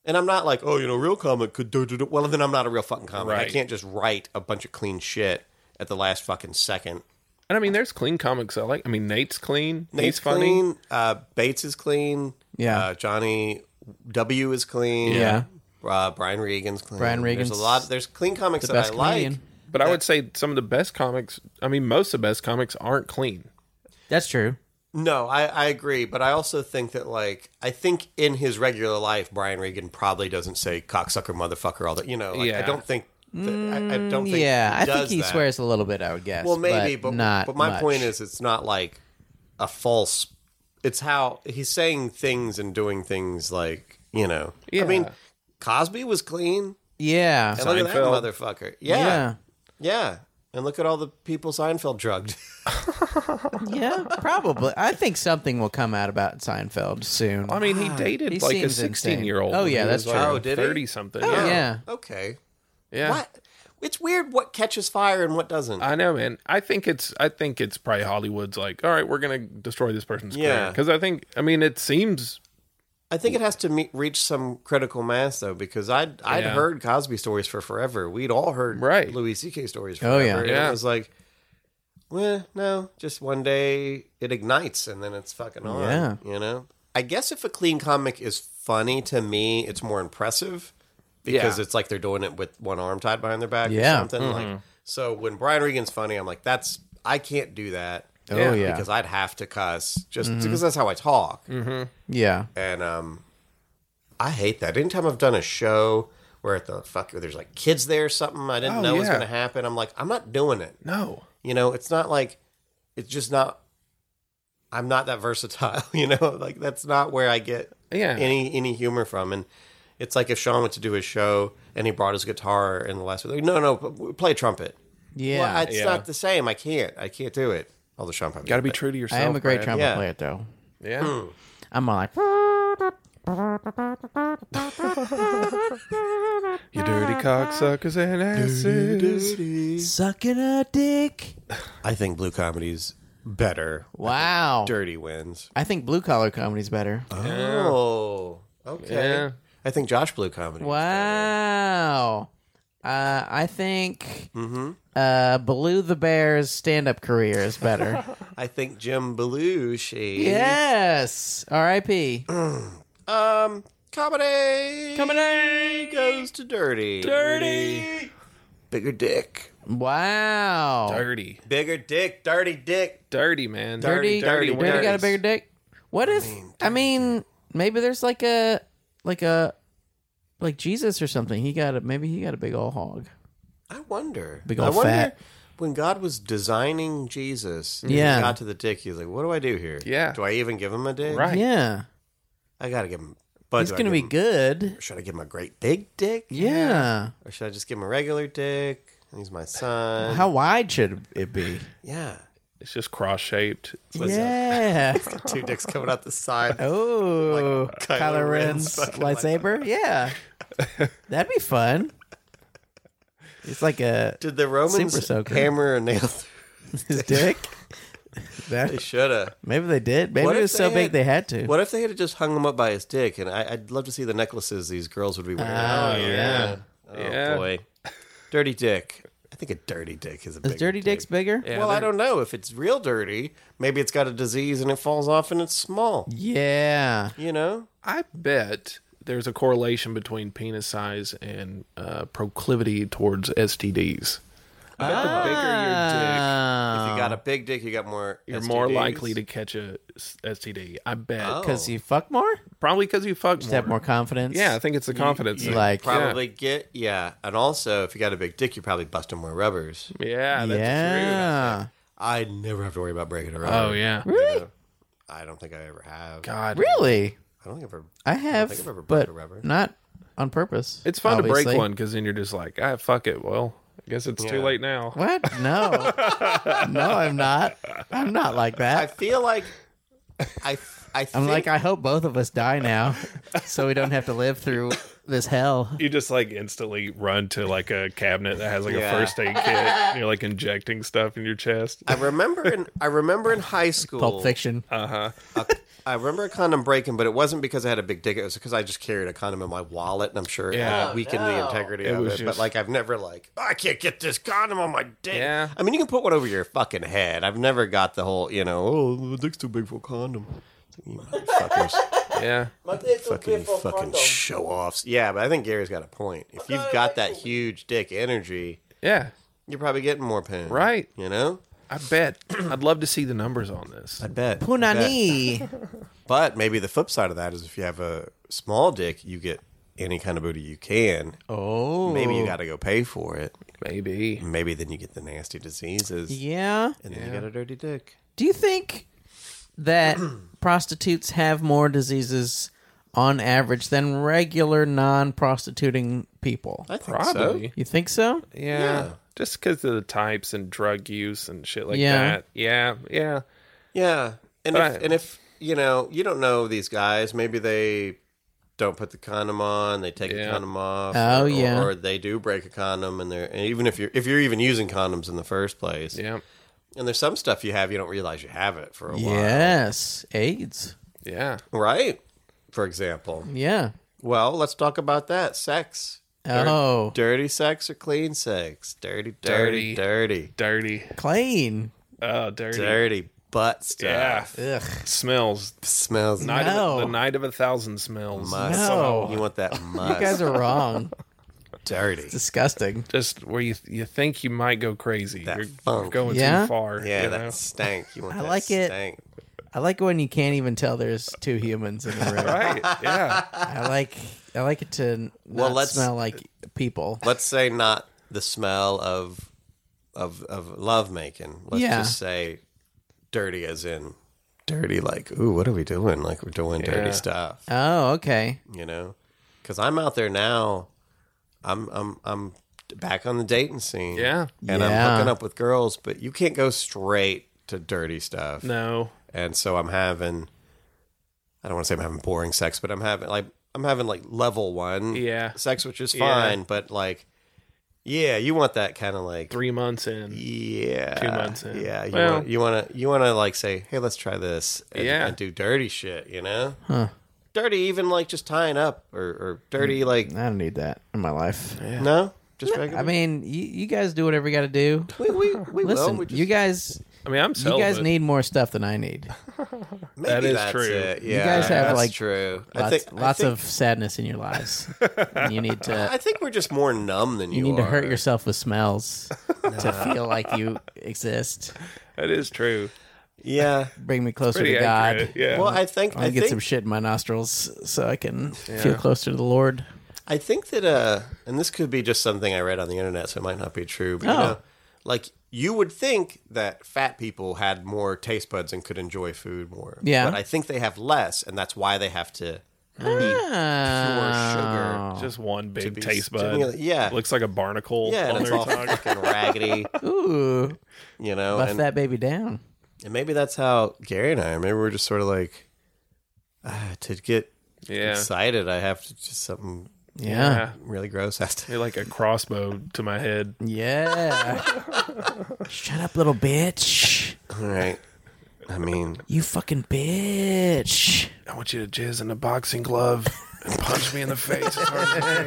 And I'm not like, oh, you know, real comic could do. do, do. Well, then I'm not a real fucking comic. I
Right.
can't just write a bunch of clean shit at the last fucking second.
And I mean, there's clean comics I like. I mean, Nate's clean.
Nate's
He's funny.
clean. Uh, Bates is clean.
Yeah.
Uh, Johnny W is clean.
Yeah.
Uh, Brian Regan's clean.
Brian
Regan's
Regan's
There's a lot. There's clean comics
the
that I
best
like.
comedian.
But I would say some of the best comics. I mean, most of the best comics aren't clean.
That's true.
No, I, I agree, but I also think that like I think in his regular life, Brian Regan probably doesn't say cocksucker, motherfucker, all that. You know, like, I
Yeah.
don't think. That, I, I don't think.
Mm, Yeah,
he
I think
does
he
that.
swears a little bit. I would guess.
Well, maybe, but
not.
But my
much.
point is, it's not like a false. It's how he's saying things and doing things like you know.
Yeah.
I mean, Cosby was clean,
yeah,
and look at that
Seinfeld.
motherfucker.
yeah,
Yeah, yeah, and look at all the people Seinfeld drugged.
yeah. Probably. I think something will come out about Seinfeld soon.
I mean, he dated
Ah, he
like a
seems insane.
16 year old.
Oh, yeah, that's true.
Oh, did he?
Thirty something.
yeah.
yeah.
(laughs) okay.
Yeah.
What? It's weird what catches fire and what doesn't.
I know, man. I think it's I think it's probably Hollywood's like, all right, we're gonna destroy this person's
Yeah.
because I think I mean it seems
I think it has to meet, reach some critical mass though, because I'd I'd
Yeah.
heard Cosby stories for forever. We'd all heard
Right.
Louis C.K. stories. Forever.
Oh, yeah.
and
Yeah.
It was like, well, no, just one day it ignites and then it's fucking on.
Yeah.
you know. I guess if a clean comic is funny to me, it's more impressive because
Yeah.
it's like they're doing it with one arm tied behind their back
Yeah. Mm-hmm.
or something. Like so, when Brian Regan's funny, I'm like, that's I can't do that.
Oh, yeah. Mm-hmm.
because I'd have to cuss just because that's how I talk
yeah,
and um, I hate that. Anytime I've done a show where at the fuck there's like kids there or something I didn't
Oh,
know was
yeah.
going to happen, I'm like, I'm not doing it.
no.
You know, it's not like it's just not. I'm not that versatile. (laughs) You know, like that's not where I get
Yeah.
any any humor from. And it's like if Sean went to do his show and he brought his guitar and the last week, like, no, no, p- play trumpet.
yeah.
Well, it's
Yeah.
not the same. I can't. I can't do it. Although Sean probably
Got to be
could,
true to yourself.
I am a great
man.
trumpet
Yeah.
player, though.
Yeah.
I'm all like,
You dirty cocksuckers and asses.
sucking a dick.
but I think blue comedy's better.
Wow.
Dirty wins.
I think blue collar comedy's better.
Oh, okay.
Yeah.
I think Josh Blue comedy. is better.
Wow. Uh, I think uh, Baloo the Bear's stand up career is (laughs) better.
I think Jim Belushi.
yes. R.I.P.
Um, comedy.
Comedy.
goes to dirty.
Dirty.
Bigger dick.
Wow.
Dirty,
Bigger dick. Dirty dick.
dirty man.
Dirty,
dirty,
dirty,
dirty,
got a
dirties.
bigger dick. What if? I mean, maybe there's like a, like a, like Jesus or something. He got a maybe he got a big old hog.
I wonder.
Big
I
ol'
wonder
fat.
When God was designing Jesus, and
Yeah.
he got to the dick. He's like, "What do I do here?
Yeah.
do I even give him a dick?
Right.
Yeah,
I gotta give him. But
he's
do I
gonna
give
be
him-
good.
Should I give him a great big dick,
Yeah.
or should I just give him a regular dick? He's my son.
How wide should it be?
Yeah.
It's just cross shaped.
(laughs) Yeah.
Two dicks coming out the side.
(laughs) Oh,
Like
Kylo,
Kylo
Ren's
Ren's fucking
lightsaber. yeah, that'd be fun. It's
(laughs)
like a
Did the
Super
Romans
Soaker.
hammer a nail through?
his dick. That-
They should have.
maybe they did. Maybe
What
it
if
was so
they
big
had-
they had to.
What if they had just hung him up by his dick? And I, I'd love to see the necklaces these girls would be wearing.
Oh, yeah.
Oh
Yeah.
boy, dirty dick. I think a dirty dick is a
Is
bigger
Dirty
dick.
Dick's bigger? Yeah.
well, I don't know if it's real dirty. Maybe it's got a disease and it falls off and it's small. You know,
I bet there's a correlation between penis size and uh, proclivity towards STDs. I bet the bigger your dick,
Ah. Uh,
if you got a big dick, you got more.
you're more
STDs.
likely to catch a s- STD. I bet.
Oh.
Because you fuck more,
Probably because you fuck
just have more confidence.
Yeah, I think it's the confidence. thing.
like
probably get yeah. And also, if you got a big dick, you're probably busting more rubbers.
yeah, that's
yeah.
I never have to worry about breaking a
true.
rubber.
Oh yeah.
Really?
I don't think I ever have.
God.
Really?
I don't think I've ever.
I
I don't think I've ever broken
have, but
a rubber.
not on purpose.
It's fun to break
obviously.
one because then you're just like, ah, fuck it. Well, I guess it's too
Yeah.
late now.
What?
(laughs)
No, no, I'm not. I'm not like that.
I feel like I. I think,
I'm like, I hope both of us die now, so we don't have to live through this hell.
You just like instantly run to like a cabinet that has like
Yeah.
a first aid
(laughs)
kit. and you're like injecting stuff in your chest.
I remember in I remember in high school.
(laughs) Pulp Fiction.
Uh, I remember a condom breaking, but it wasn't because I had a big dick. It was because I just carried a condom in my wallet, and I'm sure
Yeah.
it weakened the integrity
It
of it.
was
But
just-
like, I've never like I can't get this condom on my dick.
Yeah.
I mean, you can put one over your fucking head. I've never got the whole you know, oh, the dick's too big for a condom. It's like, You (laughs) motherfuckers,
Yeah.
fucking fucking show offs. Yeah, but I think Gary's got a point. If you've got that huge dick energy,
Yeah.
you're probably getting more pain.
Right.
You know.
I bet. I'd love to see the numbers on this.
I bet.
Punani.
But maybe the flip side of that is if you have a small dick, you get any kind of booty you can.
Oh,
Maybe you got to go pay for it.
Maybe.
Maybe then you get the nasty diseases
(laughs) yeah.
and then you got a dirty dick.
Do you think
(clears throat)
that prostitutes have more diseases on average than regular non-prostituting people?
I think
Probably.
You think so?
Yeah. Just because of the types and drug use and shit like
Yeah.
that. Yeah. Yeah.
Yeah. And if,
But I-
and if, you know, you don't know these guys, maybe they don't put the condom on, they take
Yeah.
the condom off.
Oh,
or,
yeah.
Or they do break a condom and they're, and even if you're, if you're even using condoms in the first place.
Yeah.
And there's some stuff you have, you don't realize you have it for a
Yes. AIDS.
Yeah.
while. Right. For example.
Yeah.
Well, let's talk about that. Sex.
Oh,
Dirty sex or clean sex? Dirty,
Dirty.
dirty, dirty,
Dirty.
clean.
Oh, dirty.
dirty, butt stuff.
Yeah.
Ugh.
Smells.
Smells
Night
No.
of a, the night of a thousand smells.
must.
No.
You want that must.
(laughs) You
(laughs)
guys are wrong.
dirty.
Disgusting.
Just where you you think you might go crazy.
That
You're
funk.
going
Yeah?
too far.
Yeah,
you know?
that stank. You want
I
that
like it.
stank.
I like when you can't even tell there's two humans in the room.
right.
(laughs)
Yeah.
I like I like it to not
Well, let's-
smell like people.
Let's say not the smell of of of love making. Let's
Yeah.
just say dirty as in dirty like, ooh, what are we doing? Like we're doing
Yeah.
dirty stuff.
Oh, okay.
you know because i'm out there now i'm i'm i'm back on the dating scene
Yeah.
and
Yeah.
i'm hooking up with girls but you can't go straight to dirty stuff
No.
and so i'm having i don't want to say i'm having boring sex but i'm having like i'm having like level one
Yeah.
sex which is
Yeah.
fine but like yeah you want that kind of like
Three months in.
yeah
Two months in.
yeah you
Well-
want you want to you want to like say hey let's try this and,
Yeah.
and do dirty shit you know dirty even like just tying up or, or dirty like
I don't need that in my life.
no just regular
Mm. I mean, you, you guys do whatever you got to do.
we, we, we
Listen,
will we just,
you guys
I mean, I'm
you
celibate.
guys need more stuff than I need.
maybe
that is
that's
true.
it. yeah
guys have,
that's
like,
true (laughs)
Lots,
i think
lots
I think,
of sadness in
(laughs)
your lives. And you need to
i think we're just more numb than you,
you need to
are.
hurt yourself
(laughs)
with smells to feel like you exist.
That is true.
yeah
Bring me closer
Pretty
to God.
accurate. Yeah.
well i think
I
i
get
think
some shit in my nostrils so I can feel closer to the Lord.
I think that, uh, and this could be just something I read on the internet, so it might not be true. But
Oh.
you know, like you would think that fat people had more taste buds and could enjoy food more.
Yeah.
but I think they have less, and that's why they have to
Ah.
pure sugar.
Just one big
be-
taste
to
bud.
be Oh, like- yeah.
Looks like a barnacle
Yeah,
on
and it's
their
all
tongue.
fucking raggedy,
Ooh,
you know.
buff
and
that baby down.
And maybe that's how Gary and I are. Maybe we're just sort of like, ah, to get
Yeah.
excited, I have to just something
Yeah.
really gross has to.
You're like a crossbow to my head.
(laughs)
Yeah. Shut up, little bitch.
All (laughs) right. I mean,
You fucking bitch.
I want you to jizz in a boxing glove and punch me in the face. as
(laughs)
hard as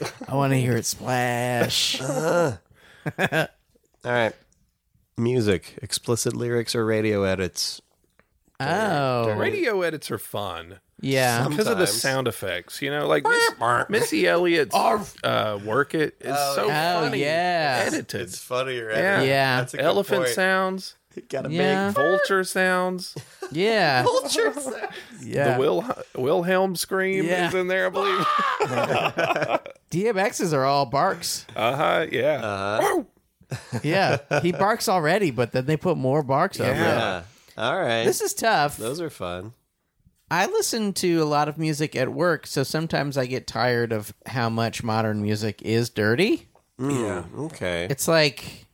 you can.
I want to hear
(laughs)
it splash.
all right. Music, explicit lyrics, or radio edits.
oh.
Radio edits are fun
Yeah.
because of the
Sometimes.
sound effects. You know, like
(laughs)
Miss, Missy Elliott's uh, "Work It" is so
Oh,
funny.
yeah.
edited.
funnier.
Yeah.
Yeah.
That's a good
Elephant
point.
sounds,
Got a
Yeah.
vulture sounds,
(laughs)
Yeah.
big church sound.
Yeah.
the Wil- Wilhelm scream
Yeah.
is in there, I
(laughs)
believe.
DMXs are all barks.
uh huh. Yeah.
Yeah. he barks already, but then they put more barks over it.
Yeah. All right.
This is tough.
Those are fun.
I listen to a lot of music at work, so sometimes I get tired of how much modern music is dirty.
Yeah. Hmm, Okay.
It's like,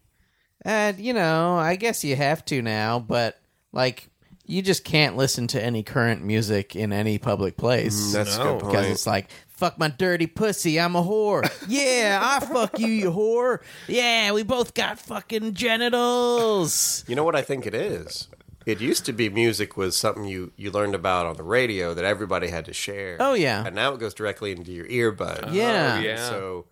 uh, you know, I guess you have to now, but like, you just can't listen to any current music in any public place.
Mm, That's a
No.
good
because
point.
it's like, fuck my dirty pussy, I'm a whore. yeah, I fuck you, you whore. Yeah, we both got fucking genitals.
You know what I think it is? It used to be music was something you, you learned about on the radio that everybody had to share.
Oh, yeah.
And now it goes directly into your earbud.
Yeah.
Oh, yeah.
So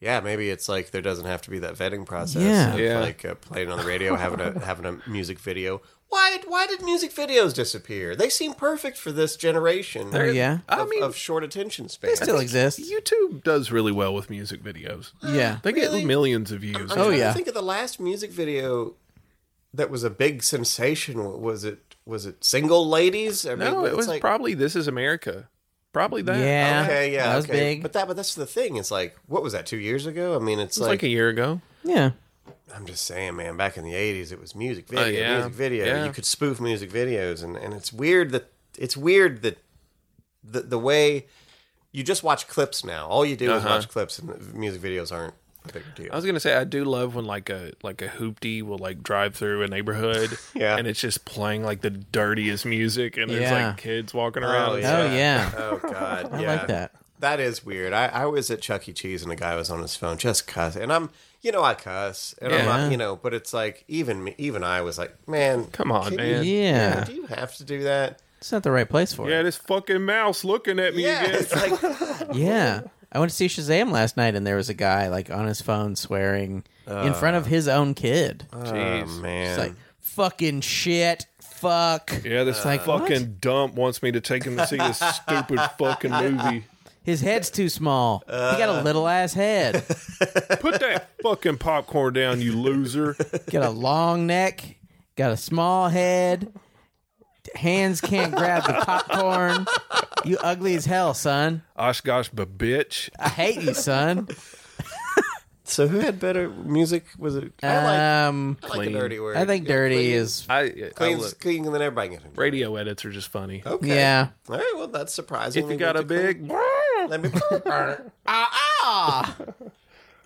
yeah, maybe it's like there doesn't have to be that vetting process.
Yeah.
of,
Yeah.
Like uh, playing on the radio, having
(laughs)
a having a music video. Why why did music videos disappear? They seem perfect for this generation.
Oh, yeah.
I
Of,
mean,
of short attention span.
They still exist.
YouTube does really well with music videos.
Yeah.
They
Really?
get millions of views.
I'm
Oh,
trying
yeah.
To think of the last music video that was a big sensation. Was it was it Single Ladies? I
no,
it's
it was
like-
probably "This Is America." Probably that.
Yeah.
Okay, yeah,
That was
okay.
big.
But that, but that's the thing. It's like, what was that? Two years ago? I mean, it's,
It's like,
like,
a year ago.
Yeah.
I'm just saying, man. Back in the '80s, it was music video,
Oh, yeah,
music video.
yeah.
You could spoof music videos, and and it's weird that it's weird that the the way you just watch clips now. All you do is watch clips, and the music videos aren't a big deal.
Uh-huh. I was gonna say I do love when like a like a hoopty will like drive through a neighborhood,
(laughs) Yeah.
and it's just playing like the dirtiest music, and there's
Yeah.
like kids walking around.
yeah. (laughs)
Oh, yeah.
oh God,
(laughs) I
yeah.
like that.
That is weird. I, I was at Chuck E. Cheese and a guy was on his phone just cuss, and I'm, you know, I cuss, and I'm,
Yeah.
not, you know, but it's like even me, even I was like, man,
Come on,
can
man.
you-
Yeah.
do you have to do that?
It's not the right place for
Yeah,
it.
this fucking mouse looking at me
Yeah,
again.
it's
(laughs)
like
Yeah. I went to see Shazam last night and there was a guy like on his phone swearing in front
Uh.
of his own kid.
oh,
It's
man,
like fucking shit. Fuck.
Yeah, this
like,
fucking dump wants me to take him to
(laughs)
see this stupid fucking movie.
His head's too small. he
Uh.
got a little ass head.
Put that fucking popcorn down,
(laughs)
you loser.
got a long neck. Got a small head. Hands can't grab the popcorn. You ugly as hell, son.
Osh gosh, but bitch.
I hate you, son.
so who had better music? Was it? I like,
Um,
I like the dirty word.
I think
Yeah,
dirty
clean.
is.
I, I
clean's
look,
clean, and then everybody can enjoy it.
radio edits are just funny.
Okay.
Yeah.
All right. Well, that's surprising.
If you got a big,
(laughs) Let me. (laughs) Ah,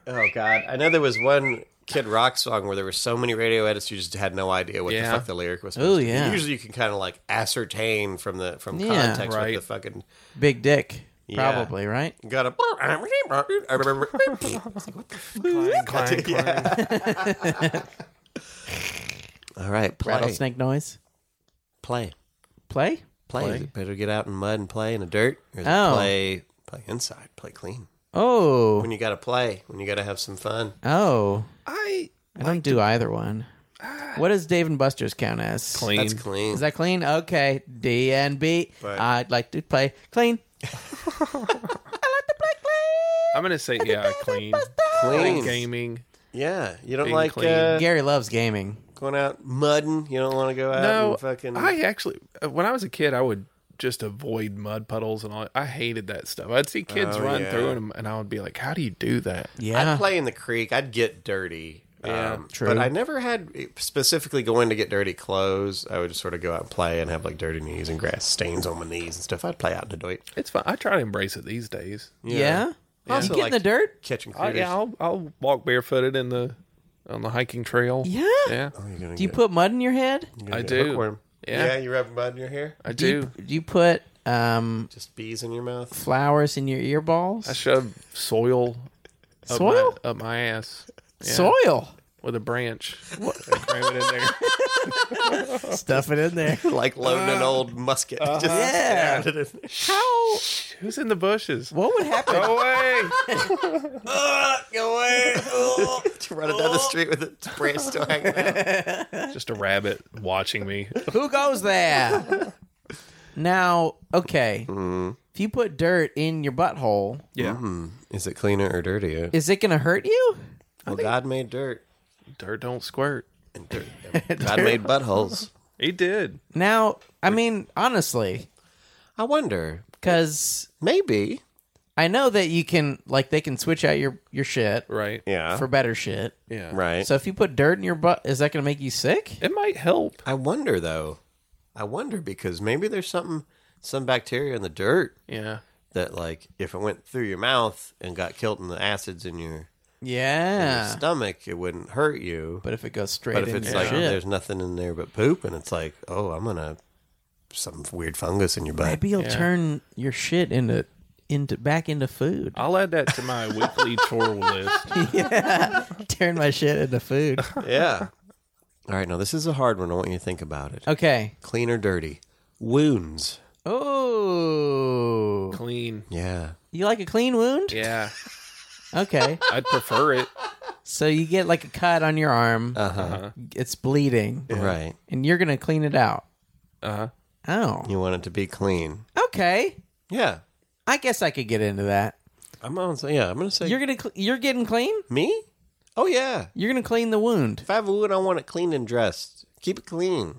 Oh God! I know there was one Kid Rock song where there were so many radio edits you just had no idea what
Yeah.
the fuck the lyric was. supposed
Ooh,
to be.
yeah.
Usually you can kind of like ascertain from the from
Yeah.
context
Right.
what the fucking
Big dick.
Yeah.
Probably, right?
(laughs) got a. I remember. It's like, what the fuck?
clang, clang, clang.
(laughs) All right, play,
Rattlesnake noise.
play,
Play?
play. Is it better get out in mud and play in the dirt, or is
Oh.
it play play inside, play clean?
Oh.
When you got to play, when you got to have some fun.
Oh.
I
I don't do either one. What does Dave and Buster's count as?
clean.
That's clean.
Is that clean? Okay. D and B.
But-
would like to play clean.
I'm gonna say yeah, clean.
clean?
Clean gaming.
Yeah, you don't
Being
like
clean.
uh,
Gary loves gaming.
going out mudding. You don't want to go out
No,
and fucking.
I actually, uh, when I was a kid, I would just avoid mud puddles and all. that. I hated that stuff. I'd see kids
Oh,
run
yeah.
through them, and I would be like, "How do you do that?"
Yeah.
I'd play in the creek. I'd get dirty.
Yeah,
um,
true.
But I never had specifically going to get dirty clothes. I would just sort of go out and play and have like dirty knees and grass stains on my knees and stuff. I'd play out in the dirt.
It's fine. I try to embrace it these days.
yeah. You
Also
get in the
liked
dirt?
Catching
I,
critters.
yeah, I'll, I'll walk barefooted in the on the hiking trail.
Yeah?
Yeah.
Do you put mud in your head?
I do.
Oh, Yeah.
Yeah.
you rub mud in your hair.
I
Do you,
do.
do you put um,
Just bees in your mouth.
flowers in your ear balls?
I shove soil up
Soil?
my, up my ass. Yeah,
Soil.
with a branch. I cram it in there. (laughs)
Stuff it in there.
(laughs) Like loading an old musket. Just
Yeah.
stab it in there.
How?
Who's in the bushes?
What would happen?
Go away!
(laughs) to run it down the street with a branch still hanging out.
Just a rabbit watching me.
Who goes there? now, okay.
Mm-hmm.
If you put dirt in your butthole,
Yeah,
Is it cleaner or dirtier?
is it going to hurt you?
Well, God made dirt.
dirt don't squirt.
And (laughs) dirt. God made buttholes.
He did.
Now, I mean, honestly,
I wonder.
because
Maybe.
I know that you can, like, they can switch out your, your shit
Right.
Yeah.
for better shit.
Yeah.
right.
So if you put dirt in your butt, is that going to make you sick?
It might help.
I wonder though. I wonder because maybe there's something, some bacteria in the dirt
Yeah.
that, like, if it went through your mouth and got killed in the acids in your, your
Yeah.
stomach, it wouldn't hurt you.
But if it goes straight
But if
in
it's
your
like
shit,
there's nothing in there but poop, and it's like, oh, I'm gonna some weird fungus in your
(laughs)
butt.
maybe you'll turn your shit into into back into food. (laughs)
I'll add that to
(laughs)
my weekly chore list.
turn my shit into food.
Yeah. All right, now this is a hard one. I want you to think about it.
Okay.
Clean or dirty? Wounds.
Oh,
Clean.
Yeah.
you like a clean wound?
Yeah. (laughs)
Okay.
I'd prefer it.
so you get like a cut on your arm.
Uh huh.
It's bleeding,
Right.
and you're gonna clean it out.
Uh-huh.
Oh.
You want it to be clean.
Okay.
Yeah.
I guess I could get into that.
I'm on. Yeah, I'm gonna say
You're gonna cl- you're getting clean.
me. Oh yeah.
You're gonna clean the wound.
If I have a wound, I want it clean and dressed. Keep it clean.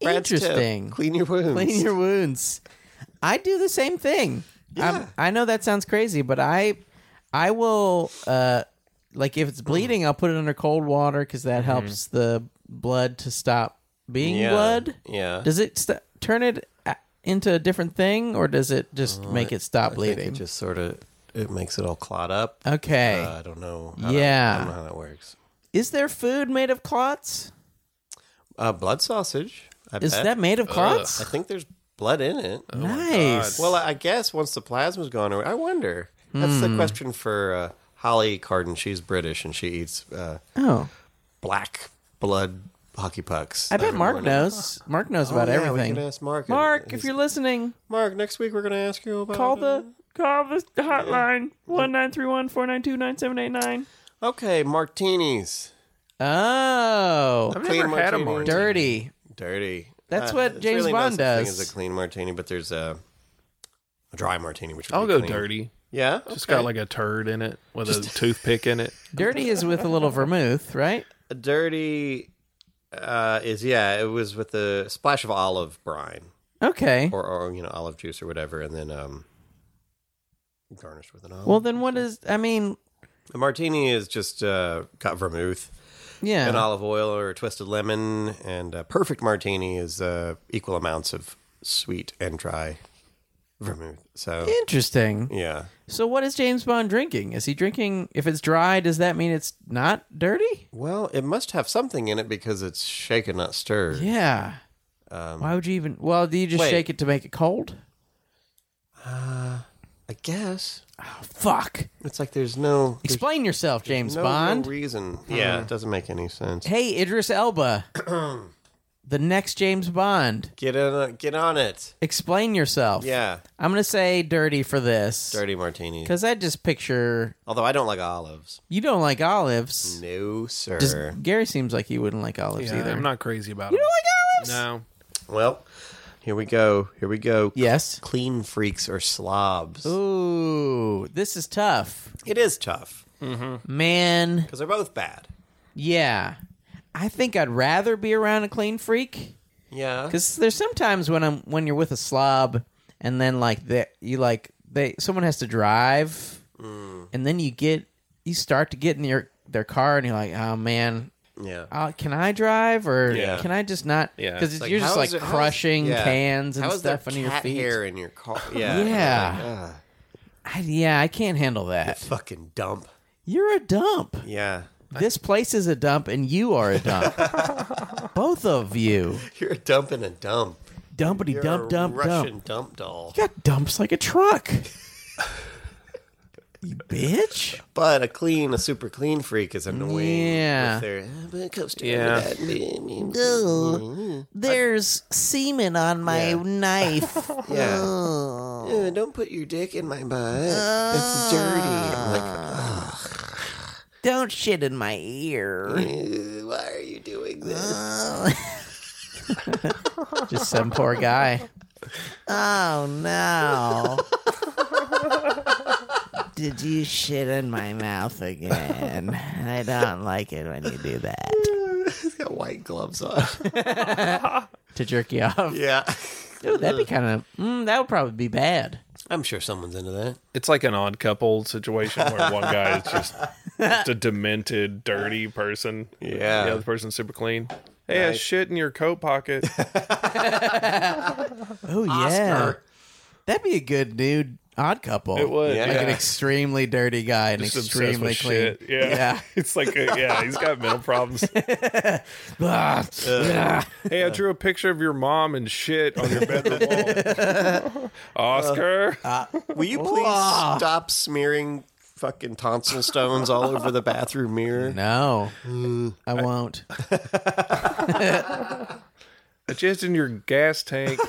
Brad's tip,
Interesting.
Clean your wounds.
Clean your wounds. I do the same thing. I'm- I know that sounds crazy, but I I will uh like if it's
Mm.
bleeding, I'll put it under cold water because
Mm-hmm.
that helps the blood to stop being
Yeah.
blood.
Yeah.
Does it st- turn it a- into a different thing, or does it just make it stop
Uh, I think
bleeding?
It just sort of it makes it all clot up.
okay.
Uh, I don't know. how that-
Yeah.
I don't know how that works.
Is there food made of clots?
Uh, blood sausage. I
Is
bet. Oh
that made of clots?
I think there's blood in it.
nice.
Well, I I guess once the plasma's gone away, I wonder. That's
Hmm.
the question for uh, Holly Carden. She's British and she eats uh,
oh,
black blood hockey pucks.
I bet
every
Mark
morning.
knows. Mark knows
Oh,
about
yeah,
everything.
We can ask Mark.
Mark, if
He's-
you're listening,
Mark, next week we're going to ask you about.
call
uh,
the call the hotline one nine three one four nine two nine seven eight nine.
Okay, martinis. (laughs)
Oh,
I've never had a martini.
dirty.
Dirty. Uh,
That's what
it's
James
really no
Bond
such thing
does.
as a clean martini, but there's a, a dry martini, which would
I'll
be
go
clean.
dirty.
Yeah,
Just
okay.
got like a turd in it with
(laughs)
a toothpick in it.
Dirty is with a little vermouth, right?
A dirty. Uh, is yeah, it was with a splash of olive brine.
Okay.
or, or you know olive juice or whatever, and then um, garnished with an olive.
Well, then what is? I mean,
a martini is just uh, got vermouth, and
yeah.
olive oil, or twisted lemon, and a perfect martini is uh, equal amounts of sweet and dry vermouth. So
Interesting.
yeah,
So, what is James Bond drinking? Is he drinking? If it's dry, does that mean it's not dirty?
well, it must have something in it because it's shaken, not stirred.
Yeah. Why would you even? Well, do you just
Um, wait.
shake it to make it cold?
I guess
Fuck.
it's like there's no Oh, there's
Explain yourself, James
no real
Bond. Hmm.
reason. Yeah, it doesn't make any sense.
Hey, Idris
(clears throat)
Elba, the next James Bond.
Get on, get on it.
Explain yourself.
Yeah,
I'm gonna say dirty for this
dirty martini.
because I just picture
Although I don't like olives.
you don't like olives.
No, sir.
Does- Gary seems like he wouldn't like olives
Yeah,
either.
I'm not crazy about it.
You don't like olives?
No.
Well, here we go. Here we go.
Yes.
Clean freaks or slobs.
Ooh, this is tough,
It is tough
man.
because they're both bad.
Yeah, I think I'd rather be around a clean freak
Yeah.
because there's sometimes when I'm when you're with a slob and then like that you like they someone has to drive
Mm.
and then you get you start to get in your their car and you're like oh man
Yeah.
uh, can I drive or
Yeah.
can I just not?
Yeah.
because
It's
you're
how
just
is
like
it- how is-
crushing
yeah.
cans and
How is there
stuff under your
cat
feet.
hair in your
(laughs)
car. Yeah.
Yeah.
Like, ugh,
I, yeah, I can't handle that.
fucking dump.
You're a dump.
Yeah. (laughs)
This place is a dump and you are a dump. (laughs) Both of you.
You're a dump and a dump.
Dumpity
You're
dump
a
dump
Russian
dump.
dump doll.
Got dumps like a truck. you bitch.
But a clean, a super clean freak is annoying.
Yeah.
With their, "Ah, but it comes to
Yeah.
Ew. There's semen on my
Yeah.
knife.
Yeah.
Ew.
"Yeah, don't put your dick in my butt.
Ah.
it's dirty. I'm like,
Don't shit in my ear.
"Ew, why are you doing
Ah.
this?
Oh. (laughs) Just some poor guy. Oh no. (laughs) Did you shit in my mouth again? I don't like it when you do that.
He's got white gloves
(laughs)
on.
To jerk you off.
yeah. (laughs)
Ooh, that'd be kind of, mm, that would probably be bad.
I'm sure someone's into that.
It's like an odd couple situation where one guy is just, just a demented, dirty person.
Yeah.
The other person's super clean. Hey, I shit in your
(laughs)
coat pocket.
Oh, yeah. That'd be a good nude odd couple.
It would.
Yeah.
Yeah.
Like an extremely dirty guy and
Just obsessed with
extremely clean.
shit. Yeah. (laughs) it's like,
(laughs)
a, yeah, he's got mental problems.
Ah, yeah.
Hey, I drew a picture of your mom and shit on your Uh, bedroom wall. (laughs) Oscar.
Will you please stop smearing fucking tonsil stones all over the bathroom mirror?
(laughs) No, I won't.
just in your gas tank.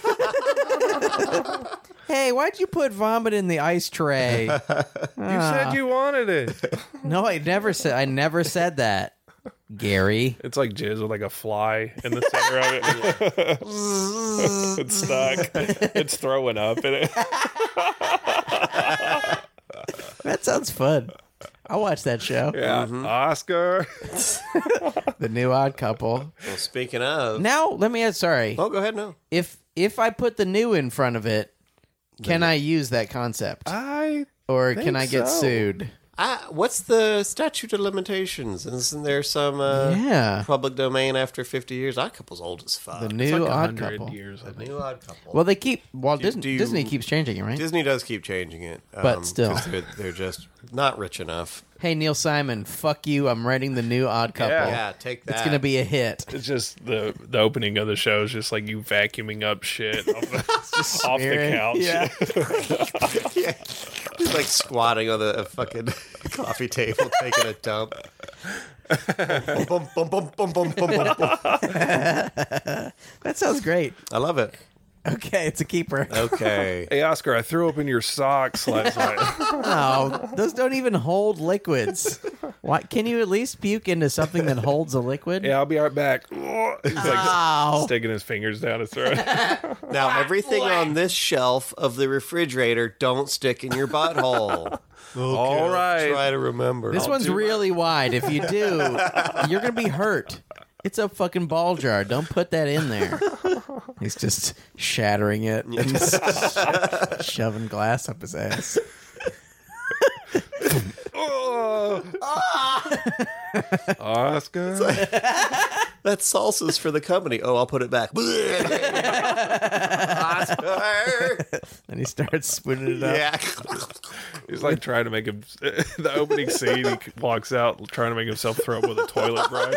Hey, why'd you put vomit in the ice (laughs) tray?
You said
Ah.
you wanted it.
No, I never said. I never said that, Gary.
It's like jizz with like a fly in the center of it. (laughs) it's stuck. It's throwing up in it.
That sounds fun. I watched that show,
Yeah. Oscar.
The New Odd Couple.
Well, speaking of.
Now, let me ask. Sorry,
Oh, go ahead. No.
if if I put the new in front of it, can I use that concept,
I
or can
think
I get
so.
sued?
I, what's the statute of limitations? Isn't there some uh,
Yeah,
public domain after 50 years? Odd couple's old as fuck.
the new
like
Odd
100
Couple.
years. I think.
new odd couple.
Well, they keep. Well, Disney,
do you-
Disney keeps changing it, right?
Disney does keep changing it. um,
But still.
'cause They're, they're just not rich enough.
hey, Neil Simon, fuck you. I'm writing the new Odd Couple.
Yeah, take that.
It's gonna be a hit.
It's just the the opening of the show is just like you vacuuming up shit off
(laughs)
the, off the
smearing.
couch.
(laughs) Yeah.
He's like squatting on the a fucking (laughs) coffee table, taking a dump. Bum, bum, bum, bum, bum, bum, bum, bum.
That sounds great.
I love it.
Okay, it's a (laughs) keeper.
Okay.
Hey Oscar, I threw open your socks last night.
(laughs) Oh, those don't even hold liquids. Why can you at least puke into something that holds a liquid?
Yeah, I'll be right back. He's like
Ow.
sticking his fingers down his
(laughs)
throat.
Now, everything on this shelf of the refrigerator, don't stick in your (laughs) butthole.
All right.
Try to remember.
This one's really wide. If you do, (laughs) you're gonna be hurt. It's a fucking ball jar. Don't put that in there. He's just shattering (laughs) it and just (laughs) shoving glass up his ass.
Oh.
Ah.
Oscar.
That's salsa's for the company. Oh, I'll put it
(laughs)
back. (laughs) Oscar.
And he starts spooning it
(laughs)
up.
Yeah. (laughs)
He's like trying to make him. The opening scene, he walks out trying to make himself throw up with a
(laughs)
toilet brush.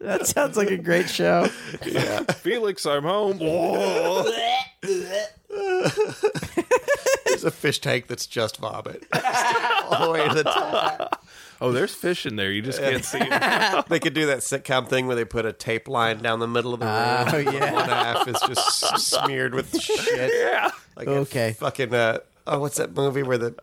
That sounds like a great show.
Felix,
(laughs)
I'm home. Oh, Whoa.
There's a fish tank that's just vomit. (laughs) All the way to the top.
Oh, there's fish in there. You just can't see
(laughs)
it.
They could do that sitcom thing where they put a tape line down the middle of the room.
Oh,
and
yeah.
One half is just s- smeared with shit. Yeah. Like a
Okay.
Fucking, uh, oh, what's that movie where the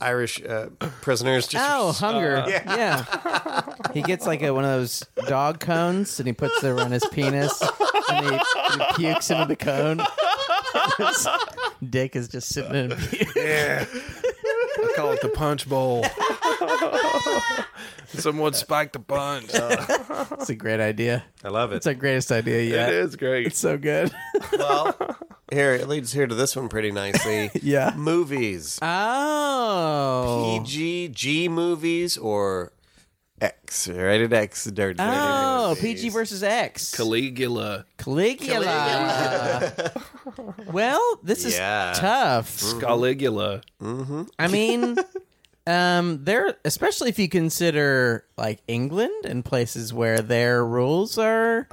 Irish uh, prisoners just.
Oh, hunger.
Uh,
yeah. He gets like a, one of those dog cones and he puts it around his penis and he, he pukes into the cone. (laughs) His dick is just sitting in a puke.
I call it the punch
(laughs)
bowl. Someone spiked a punch.
Uh, It's a great idea.
I love it.
It's our greatest idea yet.
It is great.
It's
(laughs)
so good.
well, here, it leads here to this one pretty nicely.
(laughs) yeah.
Movies.
Oh.
PG, G movies, or X, rated X, dirty. dirty
Oh,
movies.
PG versus X.
Caligula.
Caligula. well, this is
Yeah.
tough.
Scaligula.
I mean, Um, there, especially if you consider like England and places where their rules are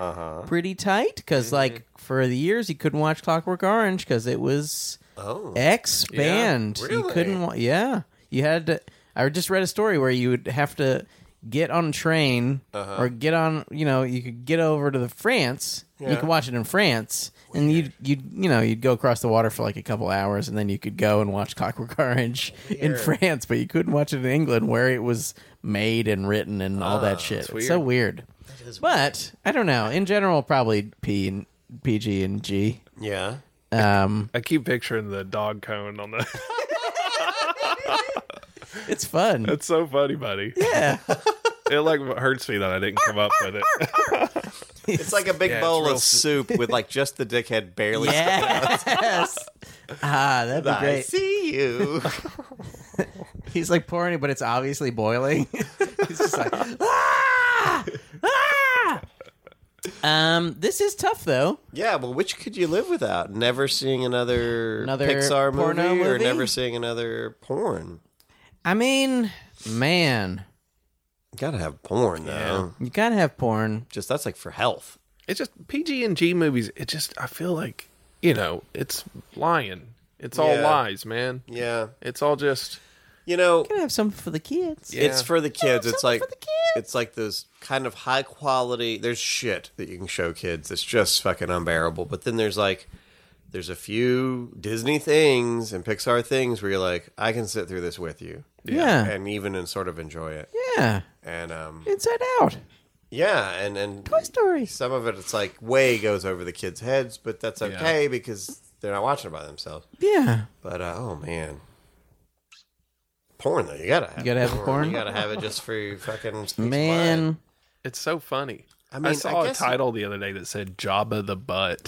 pretty tight, because like for the years you couldn't watch Clockwork Orange because it was
Oh.
X banned. You
really?
couldn't. Wa- yeah, you had. To, I just read a story where you would have to get on a train or get on. You know, you could get over to the France. and You could watch it in France, and you'd you'd you know you'd go across the water for like a couple hours, and then you could go and watch Clockwork (laughs) Orange in France, but you couldn't watch it in England where it was made and written and all that shit. It's so weird. But I don't know. In general, probably P and PG and G.
Yeah.
Um,
I keep picturing the dog cone on the. (laughs)
it's fun.
That's so funny, buddy.
yeah.
(laughs) It like hurts me that I didn't come up with it.
It's like a big
Yeah, it's
bowl
real
of
su-
soup with like just the dickhead barely.
Yes. ah, that'd be
I
great.
see
(laughs)
you. (laughs)
He's like pouring it, but it's obviously boiling. (laughs) He's just like, ah! Ah! Um, this is tough though.
yeah, well, which could you live without? Never seeing another,
Another
Pixar movie,
porno
or
movie?
never seeing another porn?
I mean, man,
Gotta have porn, though.
you gotta have porn.
Just that's like for health.
It's just PG and G movies. It just I feel like you know it's lying. It's all
Yeah.
lies, man.
Yeah.
It's all just
You know,
You gotta have something for the kids.
It's for the kids. It's
something
like
for the kids.
it's like those kind of high quality. There's shit that you can show kids that's just fucking unbearable. But then there's like there's a few Disney things and Pixar things where you're like, I can sit through this with you
Yeah,
and even and sort of enjoy it.
yeah.
And um,
Inside Out,
yeah, and and
Toy Story.
some of it it's like way goes over the kids' heads, but that's okay because they're not watching it by themselves.
Yeah,
But uh, oh man. Porn though, you gotta have
You gotta have porn?
You gotta have it just for your fucking peace of mind.
man.
it's so funny. I,
mean, I
saw a
guess-
title the other day that said Jabba the Butt.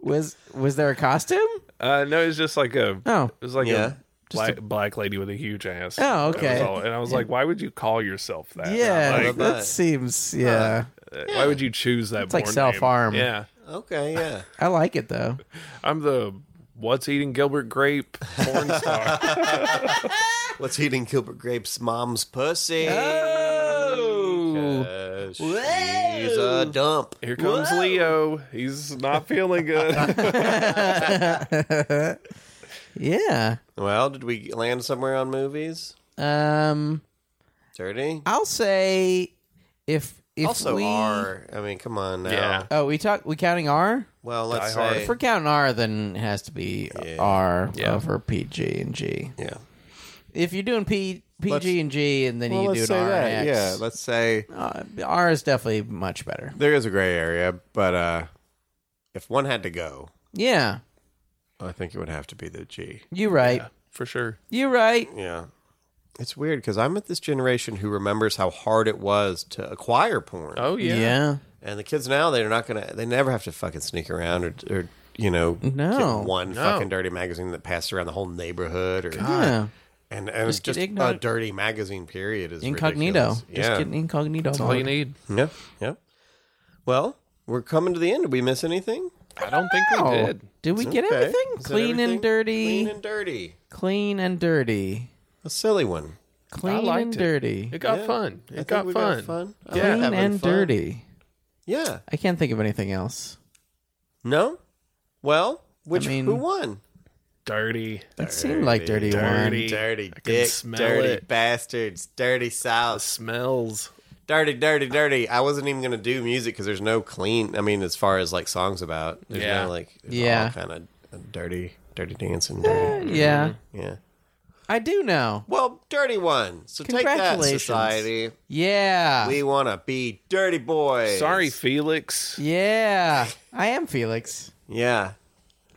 Was was there a costume?
uh, no, it's just like a.
Oh,
It was like
Yeah.
a black, black lady with a huge ass.
Oh,
That was
okay.
all. And I was like, why would you call yourself that?
yeah.
Like,
that Uh, seems yeah.
Uh, Why would you choose that? It's
like self-harm.
Yeah.
Okay, yeah.
I like it though.
I'm the what's eating Gilbert Grape porn star.
What's eating Gilbert Grape's mom's pussy?
Oh.
'Cause She's a dump.
Here comes Leo. He's not feeling good.
Yeah.
Well, did we land somewhere on movies?
Um,
Dirty.
I'll say if if
also,
we
R. I mean, come on now.
yeah.
oh we talk we counting R.
Well, let's
Die Hard.
say.
If we're counting R, then it has to be R over PG and G.
yeah.
If you're doing P PG and G, and then
Well,
you
let's
do an
say
R
that.
and
Yeah.
X.
Let's say
uh, R is definitely much better.
there is a gray area, but uh if one had to go,
Yeah,
I think it would have to be the G.
you're right.
For sure.
You're right.
Yeah. It's weird because I'm at this generation who remembers how hard it was to acquire porn.
Oh yeah.
yeah.
And the kids now, they're not gonna. They never have to fucking sneak around or, or you know,
No.
get one fucking dirty magazine that passed around the whole neighborhood or
Yeah.
and and it's
get
just a
ignorant-
dirty magazine period is
Incognito.
ridiculous.
Just
yeah.
getting incognito.
That's all you need.
Yeah, yeah. Well, we're coming to the end. Did we miss anything?
I don't think we
Oh,
did.
did we get
Okay.
everything?
Is that
Clean
everything?
and dirty.
Clean and dirty.
clean and dirty.
A silly one.
I
Clean
liked
and
it.
dirty.
It got
Yeah.
fun. It
I think
got
we
fun.
got fun. I like
Clean
having
and
fun.
dirty.
Yeah.
I can't think of anything else.
No. Well, which
mean-
who won?
Dirty.
It seemed like dirty,
Dirty.
one.
Dirty
I can
dick,
smell
dirty
it.
bastards, dirty
The
south,
smells.
dirty, dirty, dirty. I wasn't even gonna do music because there's no clean. I mean, as far as like songs about, there's
Yeah.
no like, it's
Yeah.
all kind of dirty, dirty dancing, dirty.
Yeah,
yeah.
I do know.
Well, dirty one. So take that
Congratulations.
society.
Yeah,
We want to be dirty boys.
Ah. Sorry, Felix.
yeah. I am Felix.
Yeah.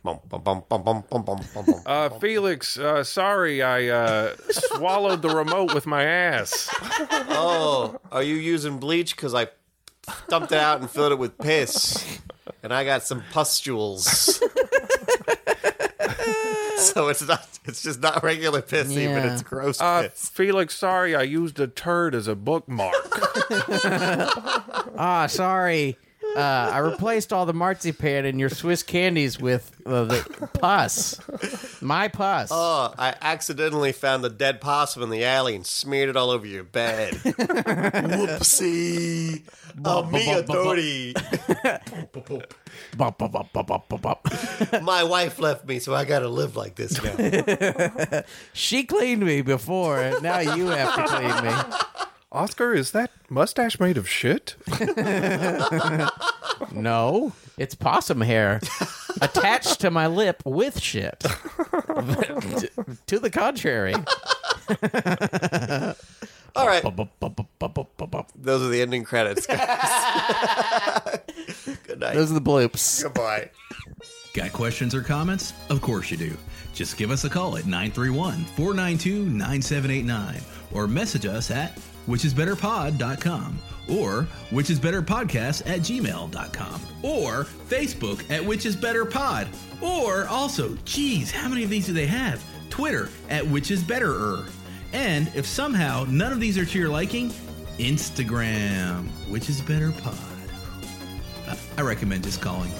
Bum, bum, bum, bum, bum, bum, bum, bum, bum.
Uh, Felix, uh, sorry, I uh, swallowed the remote with my ass.
(laughs) oh, are you using bleach? Because I dumped it out and filled it with piss, and I got some pustules. (laughs) so it's not. It's just not regular piss, even.
Yeah.
It's gross
Uh,
piss.
Felix, sorry, I used a turd as a bookmark.
Ah, sorry. Uh, I replaced all the marzipan in your Swiss candies with uh, the pus. My pus.
Oh, I accidentally found the dead possum in the alley and smeared it all over your bed. Whoopsie. Oh, me a dirty. (laughs)
Bop, bop, bop, bop, bop, bop, bop.
My wife left me, so I got to live like this now.
she cleaned me before. Now you have to clean me.
(laughs) Oscar, is that mustache made of shit?
No, it's possum (laughs) hair attached to my lip with shit. (laughs) to the (laughs) contrary.
All right.
Bup, bup, bup, bup, bup, bup, bup.
Those are the ending credits, guys. Good night.
Those are the bloops.
Goodbye.
Got questions or comments? Of course you do. Just give us a call at 931 492 9789 or message us at whichisbetterpod.com or whichisbetterpodcast at gmail.com or Facebook at whichisbetterpod or also, geez, how many of these do they have? Twitter at whichisbetterer. And if somehow none of these are to your liking, Instagram, which is better pod. I- I recommend just calling.